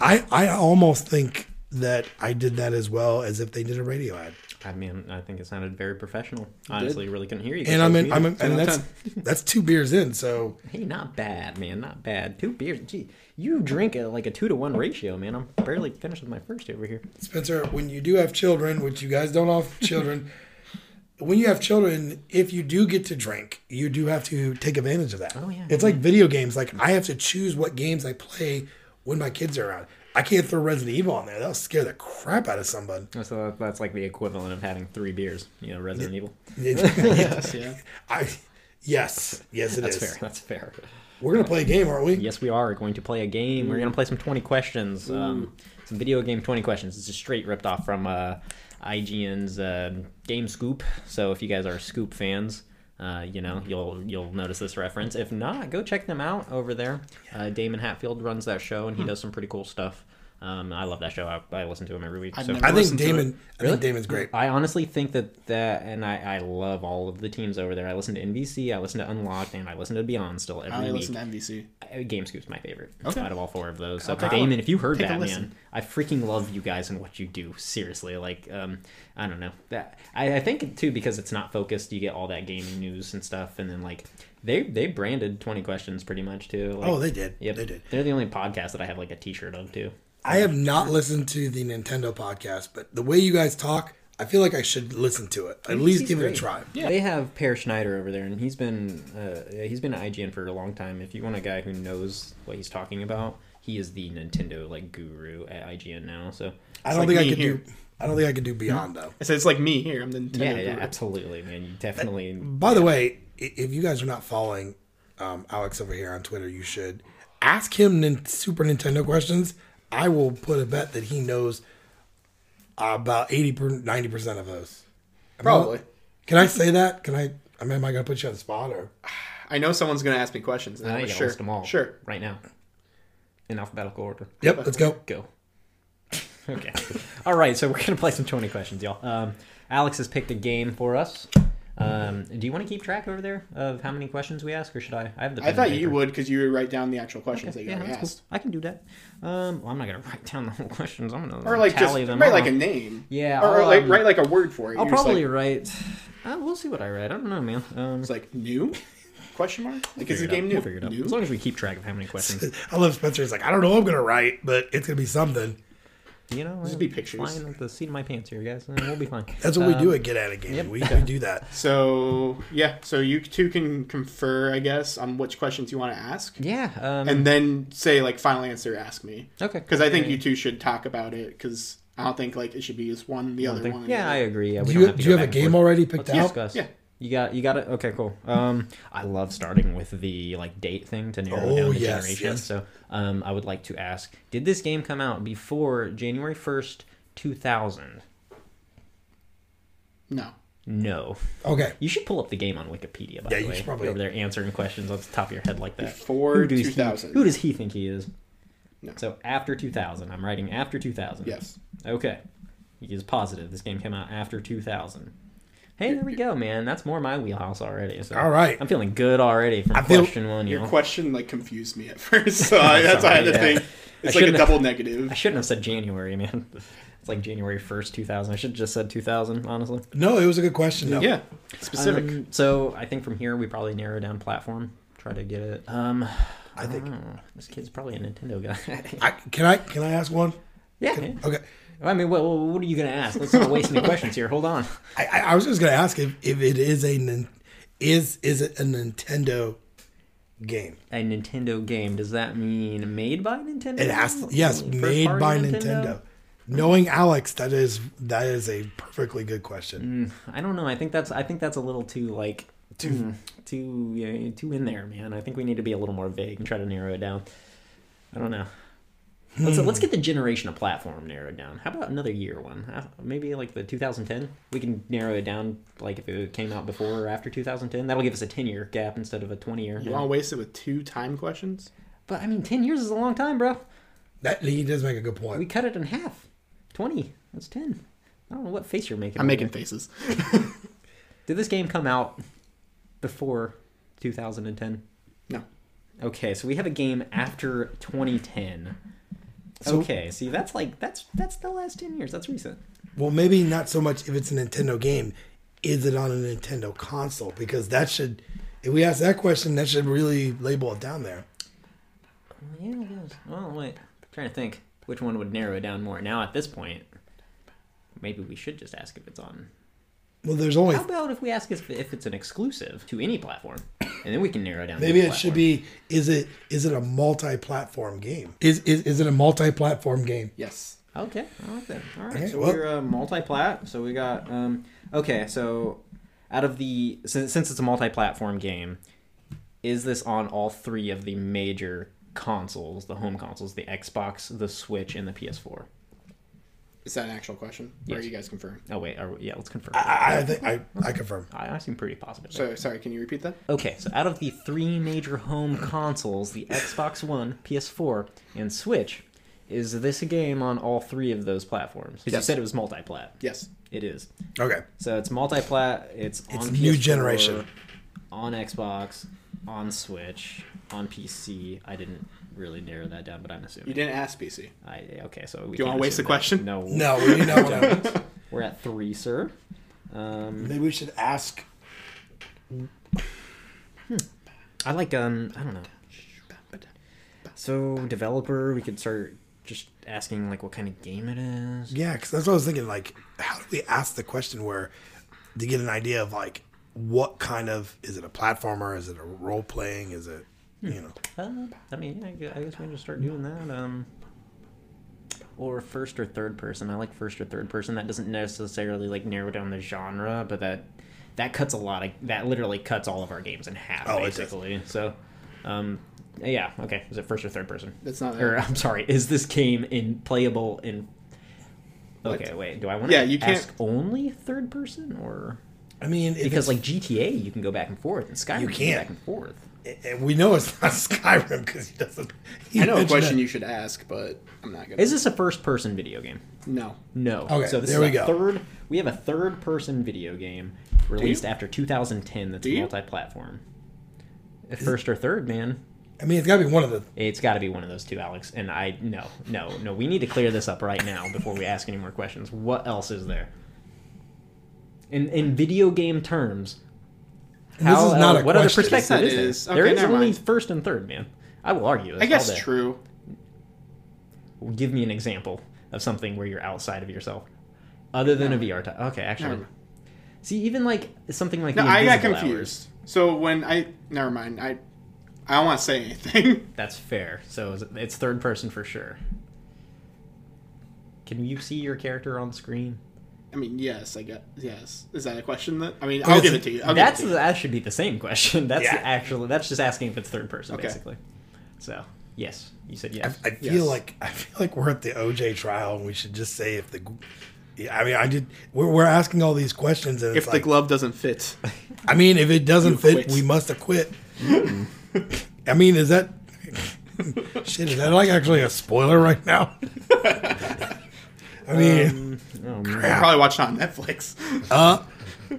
I I almost think that I did that as well as if they did a radio ad. I mean, I think it sounded very professional. Honestly, really couldn't hear you. And I'm in, Hey, I'm in, and that's that's two beers in. So Hey, not bad, man. Not bad. Two beers. Gee, you drink at like a two to one ratio, man. I'm barely finished with my first over here. Spencer, when you do have children, which you guys don't have children, when you have children, if you do get to drink, you do have to take advantage of that. Oh, yeah. It's like video games. Like I have to choose what games I play when my kids are around. I can't throw Resident Evil on there. That'll scare the crap out of someone. So that- that's like the equivalent of having three beers. You know, Resident Evil. Yes, yeah. I, yes, yes, it is. That's fair. That's fair. We're gonna play a game, aren't we? Yes, we are going to play a game. We're Mm. going to play some 20 questions. Um, some video game 20 questions. It's just straight ripped off from uh, IGN's uh, Game Scoop. So if you guys are Scoop fans, uh, you know you'll you'll notice this reference. Hmm. If not, go check them out over there. Uh, Damon Hatfield runs that show, and he does some pretty cool stuff. Um, I love that show. I, I listen to him every week. I've so. never- I think Listen to Damon. I Really? think Damon's great. I honestly think that that, and I, I love all of the teams over there. I listen to NBC, I listen to Unlocked, and I listen to Beyond still every I only week. listen to MVC. Uh, Game Scoop's my favorite Okay. out of all four of those. So, take a Damon, look. if you heard Take a that, man, listen. I freaking love you guys and what you do. Seriously, like, um, I don't know that. I, I think too because it's not focused. You get all that gaming news and stuff, and then like they they branded twenty questions pretty much too. Like, Oh, they did. yep, They did. They're the only podcast that I have like a T-shirt of too. I have not listened to the Nintendo podcast, but the way you guys talk, I feel like I should listen to it. At least he's give it a great. try. They have Per Schneider over there, and he's been uh, yeah, he's been at IGN for a long time. If you want a guy who knows what he's talking about, he is the Nintendo like guru at IGN now. So I don't like think I me could here. Mm-hmm. do. I don't think I could do Beyond though. I said it's like me here. I'm the Nintendo. yeah, yeah, guru. absolutely, man. You definitely By the way, i- if you guys are not following um, Alex over here on Twitter, you should ask him nin- Super Nintendo questions. I will put a bet that he knows about eighty per ninety percent of those. Am I- Probably. can I say that? Can I? I mean, am I gonna put you on the spot or? I know someone's gonna ask me questions. and I I'm think like, I sure. list them all Sure. right now in alphabetical order. Yep, let's go. Go. okay. All right, so we're gonna play some twenty questions, y'all. Um, Alex has picked a game for us. Um, do you want to keep track over there of how many questions we ask, or should I? I have the. I pen and thought paper. you would because you would write down the actual questions that you Yeah, already that's asked, cool. I can do that. Um, well, I'm not gonna write down the whole questions. I'm gonna or like just tally write them. like a out. name. Yeah, or, or I'll, like um, write like a word for it. I'll You're just probably like, write. Uh, we'll see what I write. I don't know, man. Um, it's like new question mark. Like is figure the it out. game We'll new? figure it out. New? As long as we keep track of how many questions, I love Spencer. He's like, I don't know. What I'm gonna write, but it's gonna be something. you know, Just I'm be pictures. Flying like the seat of my pants here, guys. And we'll be fine. That's what Um, we do at Get At It Gaming. We, we do that. So yeah, so you two can confer, I guess, on which questions you want to ask, Yeah. Um, and then say like final answer. Ask me okay. because I think you two should talk about it because I don't think like it should be just one the other Something. one. Yeah, I agree. Yeah, we Do don't you, have to do you go have a back and game forth. already picked Let's out? discuss. Yeah. You got you got it. Okay, cool. Um, I love starting with the like date thing to narrow Oh, down the yes, generation. yes. So, um, I would like to ask: Did this game come out before January first, two thousand? no. No. Okay. You should pull up the game on Wikipedia. By Yeah, the you way, should probably- over there answering questions off the top of your head like that. Before Who does he- 2000. Who does he think he is? No. So after two thousand, I'm writing after two thousand. Yes. Okay. He is positive this game came out after 2000. Hey, there we go, man. That's more my wheelhouse already. So All right. I'm feeling good already from I feel- question one. You Your know? question like confused me at first, so I, that's why I had to Sorry, yeah. think. It's like a shouldn't have- double I negative. shouldn't have said January, man. It's like January 1st, 2000. I should have just said 2000, honestly. No, it was a good question. though. Yeah, specific. Um, so I think from here, we probably narrow down platform. Try to get it. Um, I think- don't know. this kid's probably a Nintendo guy. I, can I can I ask one? yeah. Okay. I mean, what, what are you gonna ask? Let's not waste any questions here. Hold on. I, I I was just gonna ask if, if it is a nin- is is it a Nintendo game? a Nintendo game, does that mean made by Nintendo? It has to, yes, First made party by Nintendo. Knowing Alex, that is that is a perfectly good Mm. question. I don't know. I think that's I think that's a little too like too Mm. too yeah, too in there, man. I think we need to be a little more vague and try to narrow it down. I don't know. Let's, let's Hmm. get the generation of platform narrowed down. How about another year one? Uh, Maybe like the 2010. We can narrow it down, like if it came out before or after 2010. That'll give us a 10 year gap instead of a 20 year. You want to waste it with two time questions? But I mean, 10 years is a long time, bro. That he does make a good We point. cut it in half. 20. That's 10. I don't know what face you're making. I'm over making there. faces. Did this game come out before 2010? No. Okay, so we have a game after 2010. So- okay, see that's like that's that's the last 10 years. That's recent. Well, maybe not so much if it's a Nintendo game. Is it on a Nintendo console? Because that should, if we ask that question, that should really label it down there. Yeah, I guess. Oh wait, I'm trying to think which one would narrow it down more. Now at this point, maybe we should just ask if it's on. Well, there's only How about if we ask if, if it's an exclusive to any platform, and then we can narrow it down. to Maybe the it should platform. be is it is it a multi-platform game? Is is, is it a multi-platform game? Yes. Okay, I like that. All right, Okay, so well- we're uh, multi-plat. So we got um, okay. So out of the since, since it's a multi-platform game, is this on all three of the major consoles, the home consoles, the Xbox, the Switch, and the PS4? Is that an actual question? Or are Yes. you guys confirm? Oh wait, are, we- yeah, let's confirm. I, I think I, I confirm. I, I seem pretty positive. there. So sorry, can you repeat that? Okay, so out of the three major home consoles, the Xbox One, PS4, and Switch, Is this a game on all three of those platforms? 'Cause You Yes. said it was multi-plat. Yes. It is. Okay. So it's multi-plat. It's It's on new PS4, generation. on Xbox, on Switch, on PC. I didn't really narrow that down, but I'm assuming. You didn't ask PC. I okay. So we Do you wanna can't waste assume the that. question? No, No, we need that one out. We're at three, sir. Um, Maybe we should ask. I like um I don't know. So developer, we could start just asking like what kind of game it is. Yeah, because that's what I was thinking. Like, how do we ask the question where to get an idea of like what kind of is it a platformer? Is it a role playing? Is it you know? Uh, I mean, I gue- I guess we can just start doing that. Um, or first or third person. I like first or third person. That doesn't necessarily like narrow down the genre, but that that cuts a lot of that literally cuts all of our games in half Oh, it does. basically. So, um, yeah, okay. Is it first or third person? That's not- Or I'm sorry, is this game in playable in? Okay, wait. Do I want to Yeah, you can't- ask only third person or I mean, if because it's- like GTA, you can go back and forth, and Skyrim you can go can't. back and forth. and eh, we know it's not Skyrim because he doesn't. he I know a mentioned question it. you should ask, but I'm not gonna. Is this a first-person video game? No. No. Okay, So this there is we a go. third. We have a third-person video game released after 2010 that's Do you? multi-platform. First or third, man. I mean, it's got to be one of the. It's got to be one of those two, Alex. And I no, no, no. We need to clear this up right now before we ask any more questions. What else is there? In in video game terms, and this is how el- not a what question. other perspective Yes, that is, is. there? Okay, there is never only mind. first and third, man. I will argue. This I guess all day. true. Give me an example of something where you're outside of yourself, other than a VR. T- okay, Never actually, mind. see, even like something like No, the I got Invisible confused. So when I never mind. I I don't want to say anything. Hours, that's fair. So is- it's third person for sure. Can you see your character on screen? I mean, yes, I got yes. Is that a question that I mean? I'll give it to you. I'll give it that's to you. that should be the same question. That's Yeah. the actual. That's just asking if it's third person, Okay. basically. So yes, you said I, yes. I feel Yes. like I feel like we're at the OJ trial, and we should just say if the. Yeah, I mean, I did. We're, we're asking all these questions, and if it's the like, glove doesn't fit. I mean, if it doesn't You fit, quit. we must acquit. I mean, is that shit? Is that like actually a spoiler right now? I mean, oh, man. I probably watched it on Netflix. uh,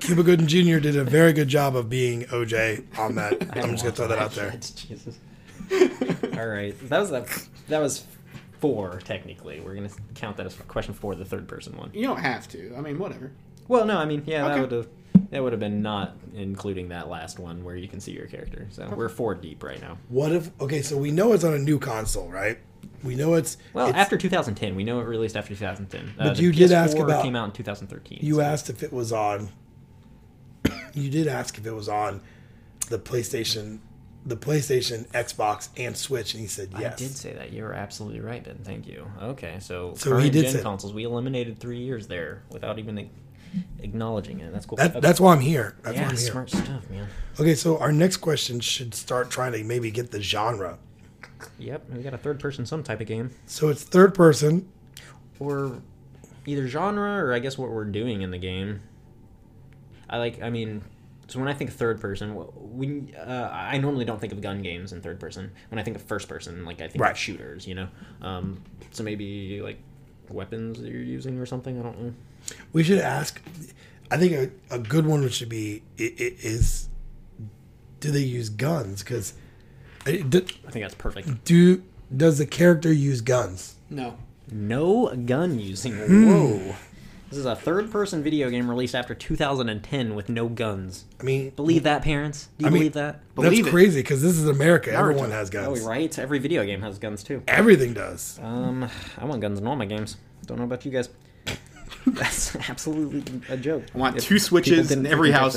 Cuba Gooden Jr. did a very good job of being OJ on that. I'm just gonna throw that out there. Jesus. All right, that was a, that was four technically. We're gonna count that as question four, the third person one. You don't have to. I mean, whatever. Well, no, I mean, yeah, Okay. that would have that would have been not including that last one where you can see your character. So we're four deep right now. What if? Okay, so we know it's on a new console, right? We know it's. Well, it's- after 2010, we know it released after 2010. Uh, But the you did ask PS4 about- came out in 2013. you so- asked if it was on. You did ask if it was on the PlayStation, the PlayStation, Xbox, and Switch, and he said I yes. did say that. You were absolutely right, Ben. Thank you. Okay, so, So he current did gen say- consoles. We eliminated three years there without even a- acknowledging it. That's cool. That, Okay. That's why I'm here. That's why yeah, I'm here. smart stuff, man. Okay, so our next question should start trying to maybe get the genre. Yep, we got a third person some type of game. So it's third person. or either genre or I guess what we're doing in the game. I like. I mean, so when I think of third person, wh- when uh, I normally don't think of gun games in third person. When I think of first person, like I think Right. of shooters, you know. Um, so maybe like weapons that you're using or something. I don't know. We should ask. I think a, a good one should be i- i- is do they use guns? Because I think that's perfect. Hmm. do does the character use guns? No. No gun using. Hmm. Whoa. This is a third person video game released after 2010 with no guns. I mean, Believe that, parents? Do you Hmm. I mean- believe that? Believe that's it. crazy because this is America. Everyone Naruto. has Oh, guns. right. Every video game has guns too. Everything does. Um, I want guns in all my games. Don't know about you guys. That's absolutely a joke. I want If two people switches didn't in every freaking catch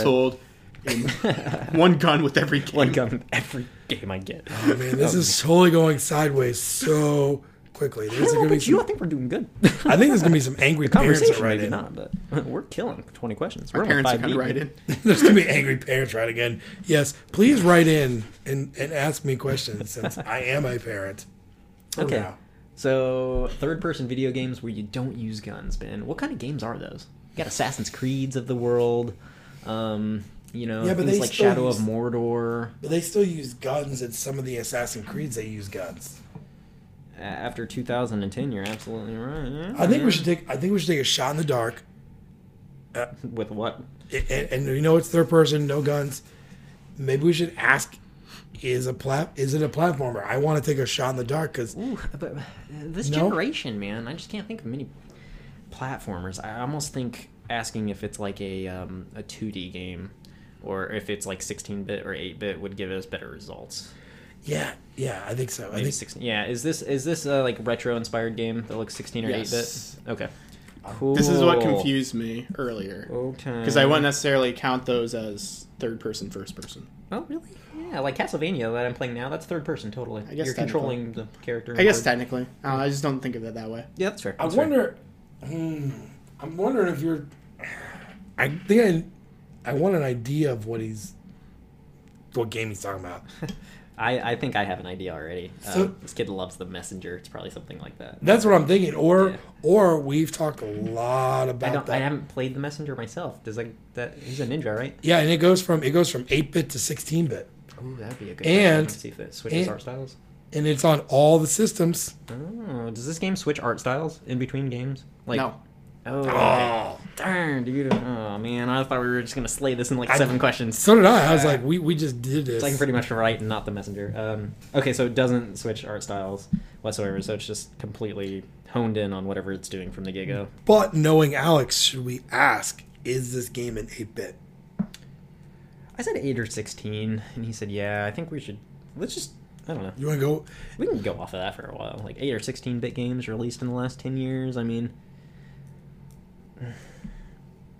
that. household, and one gun with every game. One gun in every game I get. Oh, I mean, Oh, this is totally going sideways so quickly. I There's don't know gonna be about you. I some, think we're doing good. I think there's gonna be some angry parents that Conversation, write maybe in. not, but we're killing 20 questions. We're Our on parents are five kind of deep. right in. There's gonna be angry parents right again. Yes, please write in and, and ask me questions since I am a parent. For Okay. now. So, third person video games where you don't use guns, Ben. What kind of games are those? You got Assassin's Creeds of the world. Um, you know, Yeah, but things they like still Shadow use- of Mordor. But they still use guns in some of the Assassin Creeds. They use guns. A- After 2010, you're absolutely right. Yeah. I think we should take. I think we should take a shot in the dark. With what? and, and you know it's third person, no guns. Maybe we should ask: Is a plat? Is it a platformer? I want to take a shot in the dark because Ooh, but uh, this No? generation, man, I just can't think of many platformers. I almost think asking if it's like a um, a 2D game or if it's like 16-bit or 8-bit would give us better results. yeah, yeah, I think so. I Maybe think 16. Yeah, is this is this a like retro-inspired game that looks 16 or Yes. Um, 8-bit? Okay. Cool. This is what confused me earlier Okay. because I wouldn't necessarily count those as third person, first person. Oh, really? Yeah, like Castlevania that I'm playing now. That's third person totally. I guess you're controlling the character. I guess that. technically, I, don't know, I just don't think of it that way. Yeah, that's fair. I that's fair. wonder. Hmm, I'm wondering if you're. I think I, I want an idea of what he's, what game he's talking about. I, I think I have an idea already. So- uh, this kid loves the messenger. It's probably something like that. That's what I'm thinking. Or Yeah. or we've talked a lot I about don't. that. I haven't played the messenger myself. Does that that he's a ninja, right? yeah, and it goes from it goes from eight bit to sixteen bit, Ooh, that'd be a good. question. And- Let's see if it switches and- art styles. and it's on all the systems. Oh, does this game switch art styles in between games? Like no, Oh, Oh. darn, dude. Oh man, I thought we were just gonna slay this in like I- seven questions. So did I. I was Yeah. like, we, we just did this. So I can pretty much write and not the messenger. Um, okay, so it doesn't switch art styles whatsoever. So it's just completely honed in on whatever it's doing from the get go. But knowing Alex, should we ask, is this game an 8 bit? I said eight or sixteen, and he said, "Yeah, I think we should. Let's just, I don't know. You want to go? We can go off of that for a while. Like eight or sixteen bit games released in the last ten years. I mean,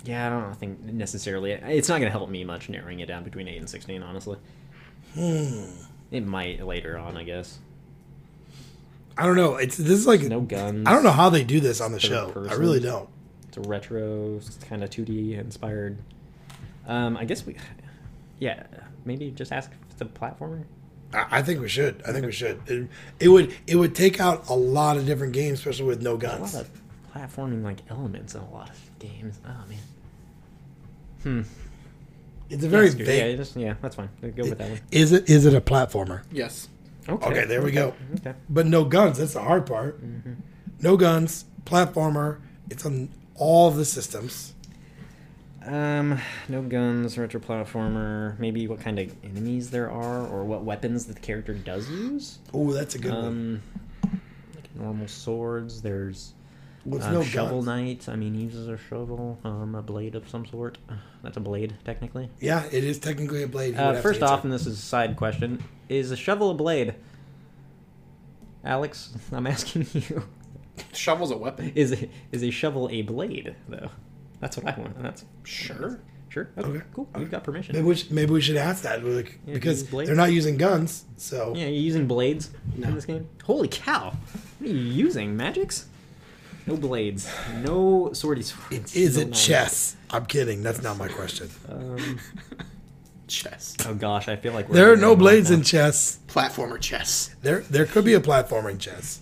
yeah, I don't think necessarily. It's not going to help me much narrowing it down between eight and sixteen. Honestly, Hmm. it might later on, I guess. I don't know. It's this is like No guns. I don't know how they do this on the Third show. I person. really don't. It's a retro kind of two D inspired. Um, I guess we, yeah, maybe just ask if it's a platformer. I, I think we should. I think we should. It, it would it would take out a lot of different games, especially with no a lot guns. of platforming like elements in a lot of games. Oh man. Hmm. It's a very That's good. Yeah, vague. just- yeah, that's fine. Go with that one. Is it is it a platformer? yes, Okay, there we go. Okay. Mm-hmm. But no guns. That's the hard part. No guns. Platformer. It's on all the systems. Um, no guns, retro platformer. Maybe what kind of enemies there are, or what weapons the character does use. Oh, that's a good one. Um, like normal swords. There's With um, no shovel guns. knight. I mean, he uses a shovel, um, a blade of some sort. That's a blade, technically. Yeah, it is technically a blade. You would Uh, have to first answer. off, and this is a side question: Is a shovel a blade? Alex, I'm asking you: shovel's a weapon. Is a, is a shovel a blade though? That's what I want. That's Sure. sure. Okay, Okay, cool. You've got permission. Maybe we should, maybe we should ask that like, Yeah, because use blades. they're not using guns. So Yeah, you're using blades No. in this game. Holy cow! What are you using? Magics? No blades. No swordy swords. is no it knives. chess? I'm kidding. That's not my question. Um, Chess, oh gosh, I feel like we're There are no going blades off in chess. platformer chess. There there could be a platform in chess.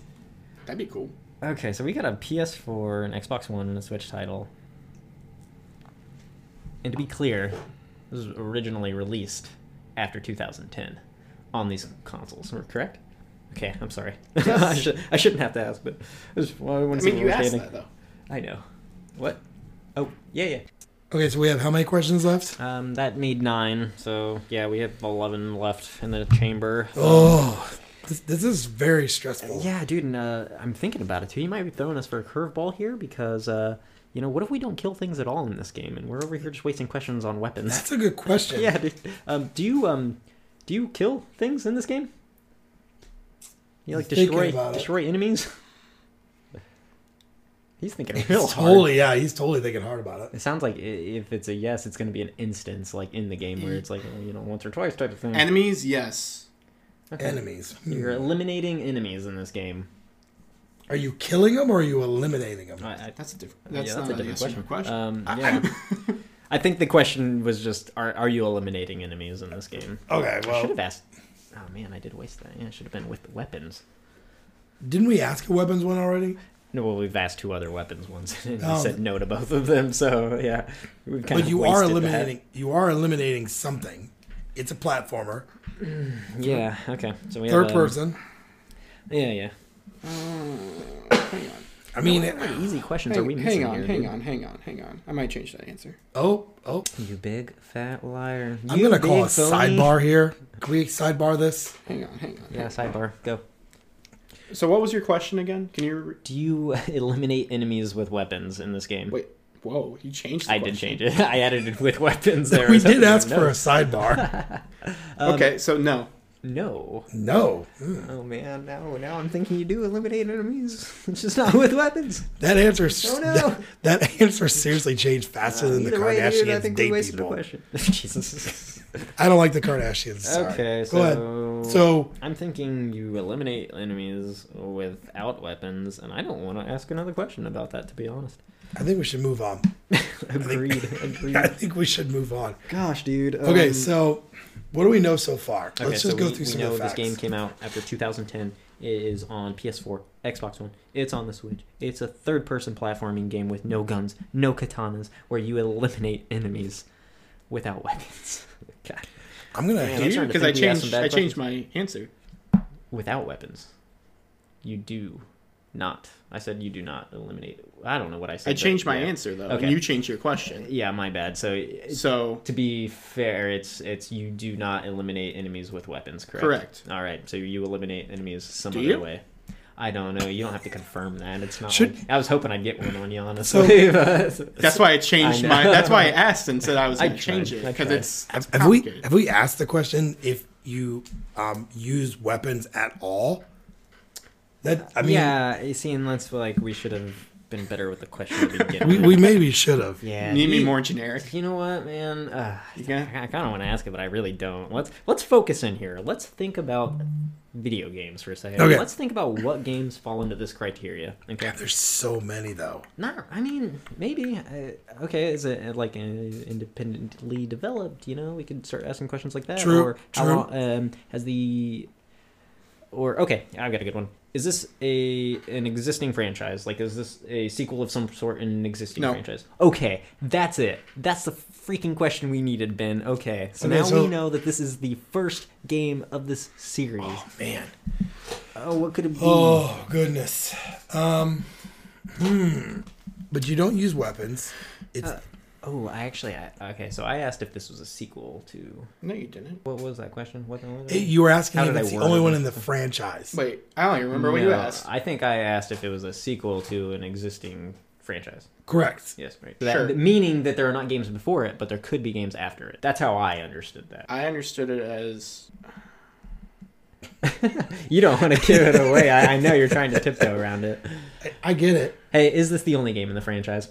That'd be cool. now. Okay, so we got a PS4, an Xbox One, and a Switch title. And to be clear, this was originally released after 2010 on these consoles, correct? Okay, I'm sorry. I, should, I shouldn't have to ask, but I, just, I, I mean, you asked that though. I know. What? Oh, yeah, yeah. Okay, so we have how many questions left? Um, that made nine, so yeah, we have eleven left in the chamber. Oh, this, this is very stressful. Yeah, dude, and uh, I'm thinking about it too. You might be throwing us for a curveball here because, uh, you know, what if we don't kill things at all in this game, and we're over here just wasting questions on weapons? That's a good question. yeah, dude. Um, do you um, do you kill things in this game? You like Thinking destroy about it. destroy enemies? He's thinking real He's hard. totally, yeah, he's totally thinking hard about it. It sounds like i- if it's a yes, it's going to be an instance like in the game where it's like oh, you know once or twice type of thing. Enemies, yes. Okay. Enemies. Hmm. You're eliminating enemies in this game. Are you killing them or are you eliminating them? I, I, That's a different. yeah, That's, that's not a different yes or no question. Um, I- yeah. I think the question was just are are you eliminating enemies in this game? Okay, I should well, have asked. Oh man, I did waste that. Yeah, I should have been with weapons. didn't we ask a weapons one already? No, well, we've asked two other weapons ones, and you Oh. said no to both of them. So yeah, we've kind But of you are wasted that. eliminating. You are eliminating something. It's a platformer, Yeah. Okay. So we have, third um, person. Yeah, yeah. Uh, Uh, I mean, Easy questions are we Hang, missing hang on, here? hang dude? on, hang on, hang on. I might change that answer. oh, oh. You big fat liar. I'm You gonna call big a phony. sidebar here. Can we sidebar this? Hang on, hang on. Yeah, sidebar. Go. So what was your question again? Can you re- Do you eliminate enemies with weapons in this game? wait? Whoa, you changed. The I did question. change it. I added it with weapons there. We I was did hoping ask you for would a sidebar. Okay, so no. know. No. no, Mm. Oh man, now now I'm thinking you do eliminate enemies. It's just not with weapons. that answer. s- Oh, no. That, that answer seriously changed faster than the Either way, dude, I Kardashians think we date wasted a people. question. Jesus. I don't like the Kardashians. Sorry. Okay, Go ahead. so So I'm thinking you eliminate enemies without weapons, and I don't want to ask another question about that. To be honest, I think we should move on. agreed. I Agreed. think we should move on. Gosh, dude. Okay, um, so what do we know so far? Okay, Let's so just go we, through we some know of the this facts. game came out after 2010. It is on PS4, Xbox One. It's on the Switch. It's a third-person platforming game with no guns, no katanas, where you eliminate enemies without weapons. God. I'm gonna Yeah, hate that's- trying to Because I think we asked some changed. bad I changed my answer. Without weapons, you do not. I said you do not eliminate. I don't know what I said. I changed but my yeah. answer though, Okay. and you changed your question. Yeah, my bad. So, it- So to be fair, it's it's you do not eliminate enemies with weapons, correct? Correct. All right, so you eliminate enemies some Do other you? way. I don't know. You don't have to confirm that. It's not. Should- like- I was hoping I'd get one on you, honestly. but- that's why I changed I my. know. That's why I asked and said I was I going to change tried, it I because tried. it's. have, it's have we complicated. have we asked the question if you um, use weapons at all? That I mean, yeah, you see, and that's like we should have been better with the question to begin we, with. we maybe should have. yeah. Need me more generic. You know what, man? Uh, You gonna- I kind of want to ask it, but I really don't. Let's let's focus in here. Let's think about video games for a second. Okay. Let's think about what games fall into this criteria. Okay. There's so many though. Not, I mean, maybe. Uh, okay, is it uh, like uh, independently developed? You know, we could start asking questions like that. True, Or how true. long um, has the? Or okay, I've got a good one. Is this a an existing franchise? Like, is this a sequel of some sort in an existing No. franchise? Okay, that's it. That's the freaking question we needed, Ben. Okay, so Okay, now so- we know that this is the first game of this series. Oh, Man, what could it be? oh goodness. Um, hmm. But you don't use weapons. It's Oh, I actually. I, okay, so I asked if this was a sequel to No, you didn't. What was that question? What the what it- you were asking How if did it's I the word only it? one in the franchise. Wait, I don't even remember what you No, asked. I think I asked if it was a sequel to an existing franchise. Correct. Yes, right. That, Sure. Meaning that there are not games before it, but there could be games after it. That's how I understood that. I understood it as You don't want to give it away. I, I know you're trying to tiptoe around it. I, I get it. Hey, is this the only game in the franchise?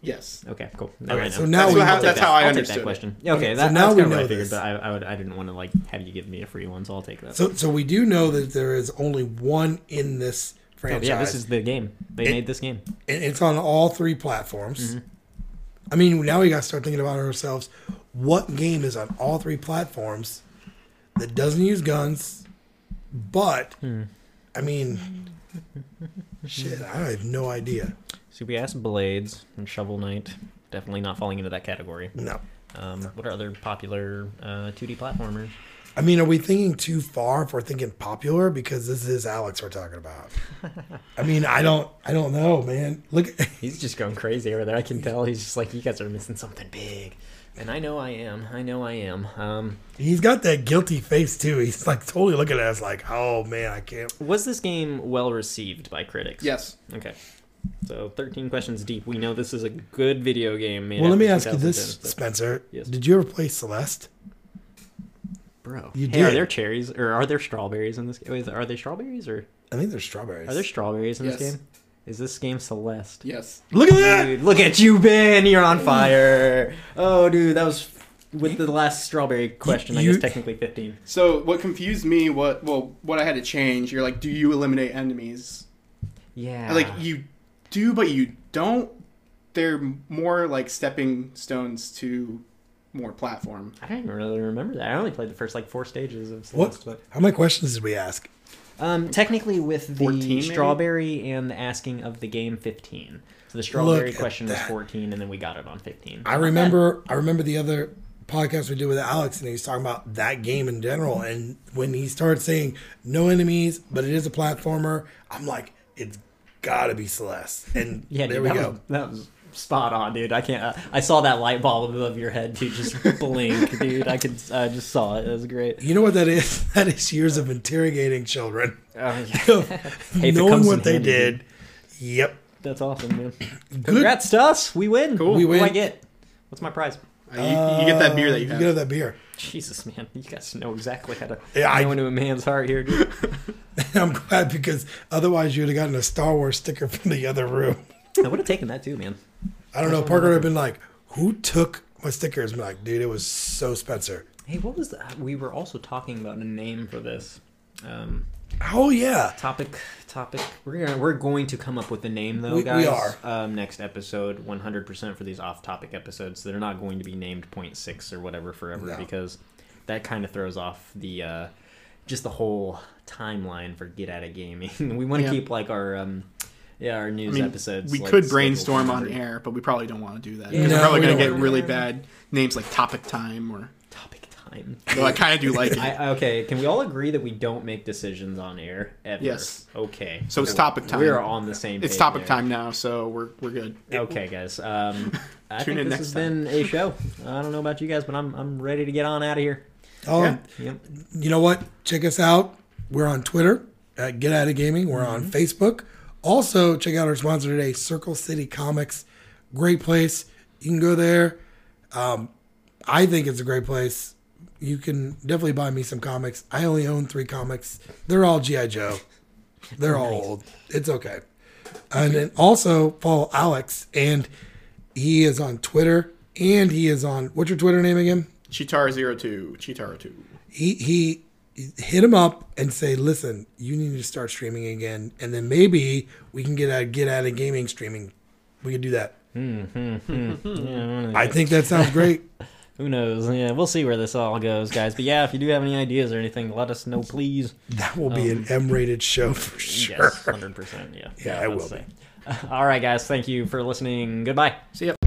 yes. Okay, cool. Now Okay, I know. so now That's we what know hap- that. that's how I I'll understood Take it. that question. Okay, So that, now that's we kind of what know I figured, this. but I, I, would, I didn't want to like have you give me a free one, so I'll take that. So so we do know that there is only one in this Oh, franchise. yeah, this is the game. They It- made this game. and it's on all three platforms. I mean, now we got to start thinking about ourselves. What game is on all three platforms that doesn't use guns? But I mean, shit, I have no idea. So we asked Blades and Shovel Knight. Definitely not falling into that category. No, Um, what are other popular uh, 2D platformers? I mean, are we thinking too far if we're thinking popular? Because this is Alex we're talking about. I mean, I don't, I don't know, man. Look, He's just going crazy over there. I can tell. He's just like, you guys are missing something big. And I know I am. I know I am. Um, he's got that guilty face too. He's like totally looking at us like, oh man, I can't. was this game well received by critics? Yes. Okay. So 13 questions deep. We know this is a good video game. made Well, let after me ask you this, 2010, so- Spencer. Yes. Did you ever play Celeste? Bro. You hey, Are did. there cherries or are there strawberries in this game? Wait, Are they strawberries or I think there's strawberries. are there strawberries in this Yes. game? Is this game Celeste? Yes. Look at that! Dude, look at you, Ben. You're on fire. Oh, dude, that was with the last strawberry question. I You- guess technically 15. So what confused me, what well, what I had to change. You're like, do you eliminate enemies? Yeah. Like you do, but you don't. They're more like stepping stones to more platform. I don't even really remember that. I only played the first like four stages of What? Celeste. But, How many questions did we ask? um, technically with the 14 maybe? strawberry and the asking of the game 15. So the strawberry at question was that. 14, and then we got it on 15. I remember. I remember the other podcast we did with Alex, and he's talking about that game in general. And when he started saying no enemies, but it is a platformer, I'm like, it's gotta be Celeste. And Yeah, dude, there we that, go. Was, that was spot on, dude. I can't. Uh, I saw that light bulb above your head, dude. Just blink, dude. I could. I just saw it. It was great. You know what that is? That is years of interrogating children, Oh, yeah. it knowing comes in what they handy, did. Yep. That's awesome, man. Congrats to us. We win. Cool. We What do I win. get? What's my prize? Uh, you, you get that beer that you Uh, have. You get that beer. Jesus, man. You guys know exactly how to Yeah, I- go into a man's heart here, dude. I'm glad because otherwise you'd have gotten a Star Wars sticker from the other room. I would have taken that too, man. I don't know. Parker would have been like, "Who took my stickers?" I'm like, "Dude, it was so Spencer." Hey, what was that? We were also talking about a name for this. Um, Oh yeah, topic topic we're gonna we're going to come up with a name though We- we guys are. um next episode 100% for these off topic episodes they're not going to be named point six or whatever forever No. because that kind of throws off the uh just the whole timeline for get out of gaming we want to Yeah. keep like our um yeah our news I mean, episodes we like, could scheduled brainstorm on for- air, but we probably don't want to do that. Yeah. because No, we're probably we going to don't get wanna really bad names like Topic Time or. topic time Though I kind of do like it. I, okay can we all agree that we don't make decisions on air ever Yes. okay so it's Topic Time. we are on the same It's page Topic there. Time now, so we're we're good. Okay, guys. Um, I Tune think in this next has time. been a show. I don't know about you guys, but I'm I'm ready to get on out of here. Oh, Yeah. Yep. you know what? Check us out. We're on Twitter at Get Out of Gaming. We're on Facebook. Also, check out our sponsor today, Circle City Comics. Great place. You can go there. Um, I think it's a great place. You can definitely buy me some comics. I only own three comics. They're all GI Joe. They're all old. It's okay. And then also follow Alex, and he is on Twitter, and he is on what's your Twitter name again? Chitar02. Chitar2. he he hit him up and say, "Listen, you need to start streaming again, and then maybe we can get out get out of gaming streaming. We could do that. I think that sounds great. Who knows? Yeah, we'll see where this all goes, guys. But yeah, if you do have any ideas or anything, let us know, please. That will be an M-rated show for sure. Yes, hundred percent. Yeah. Yeah, it let's will see. All right, guys. Thank you for listening. Goodbye. See ya.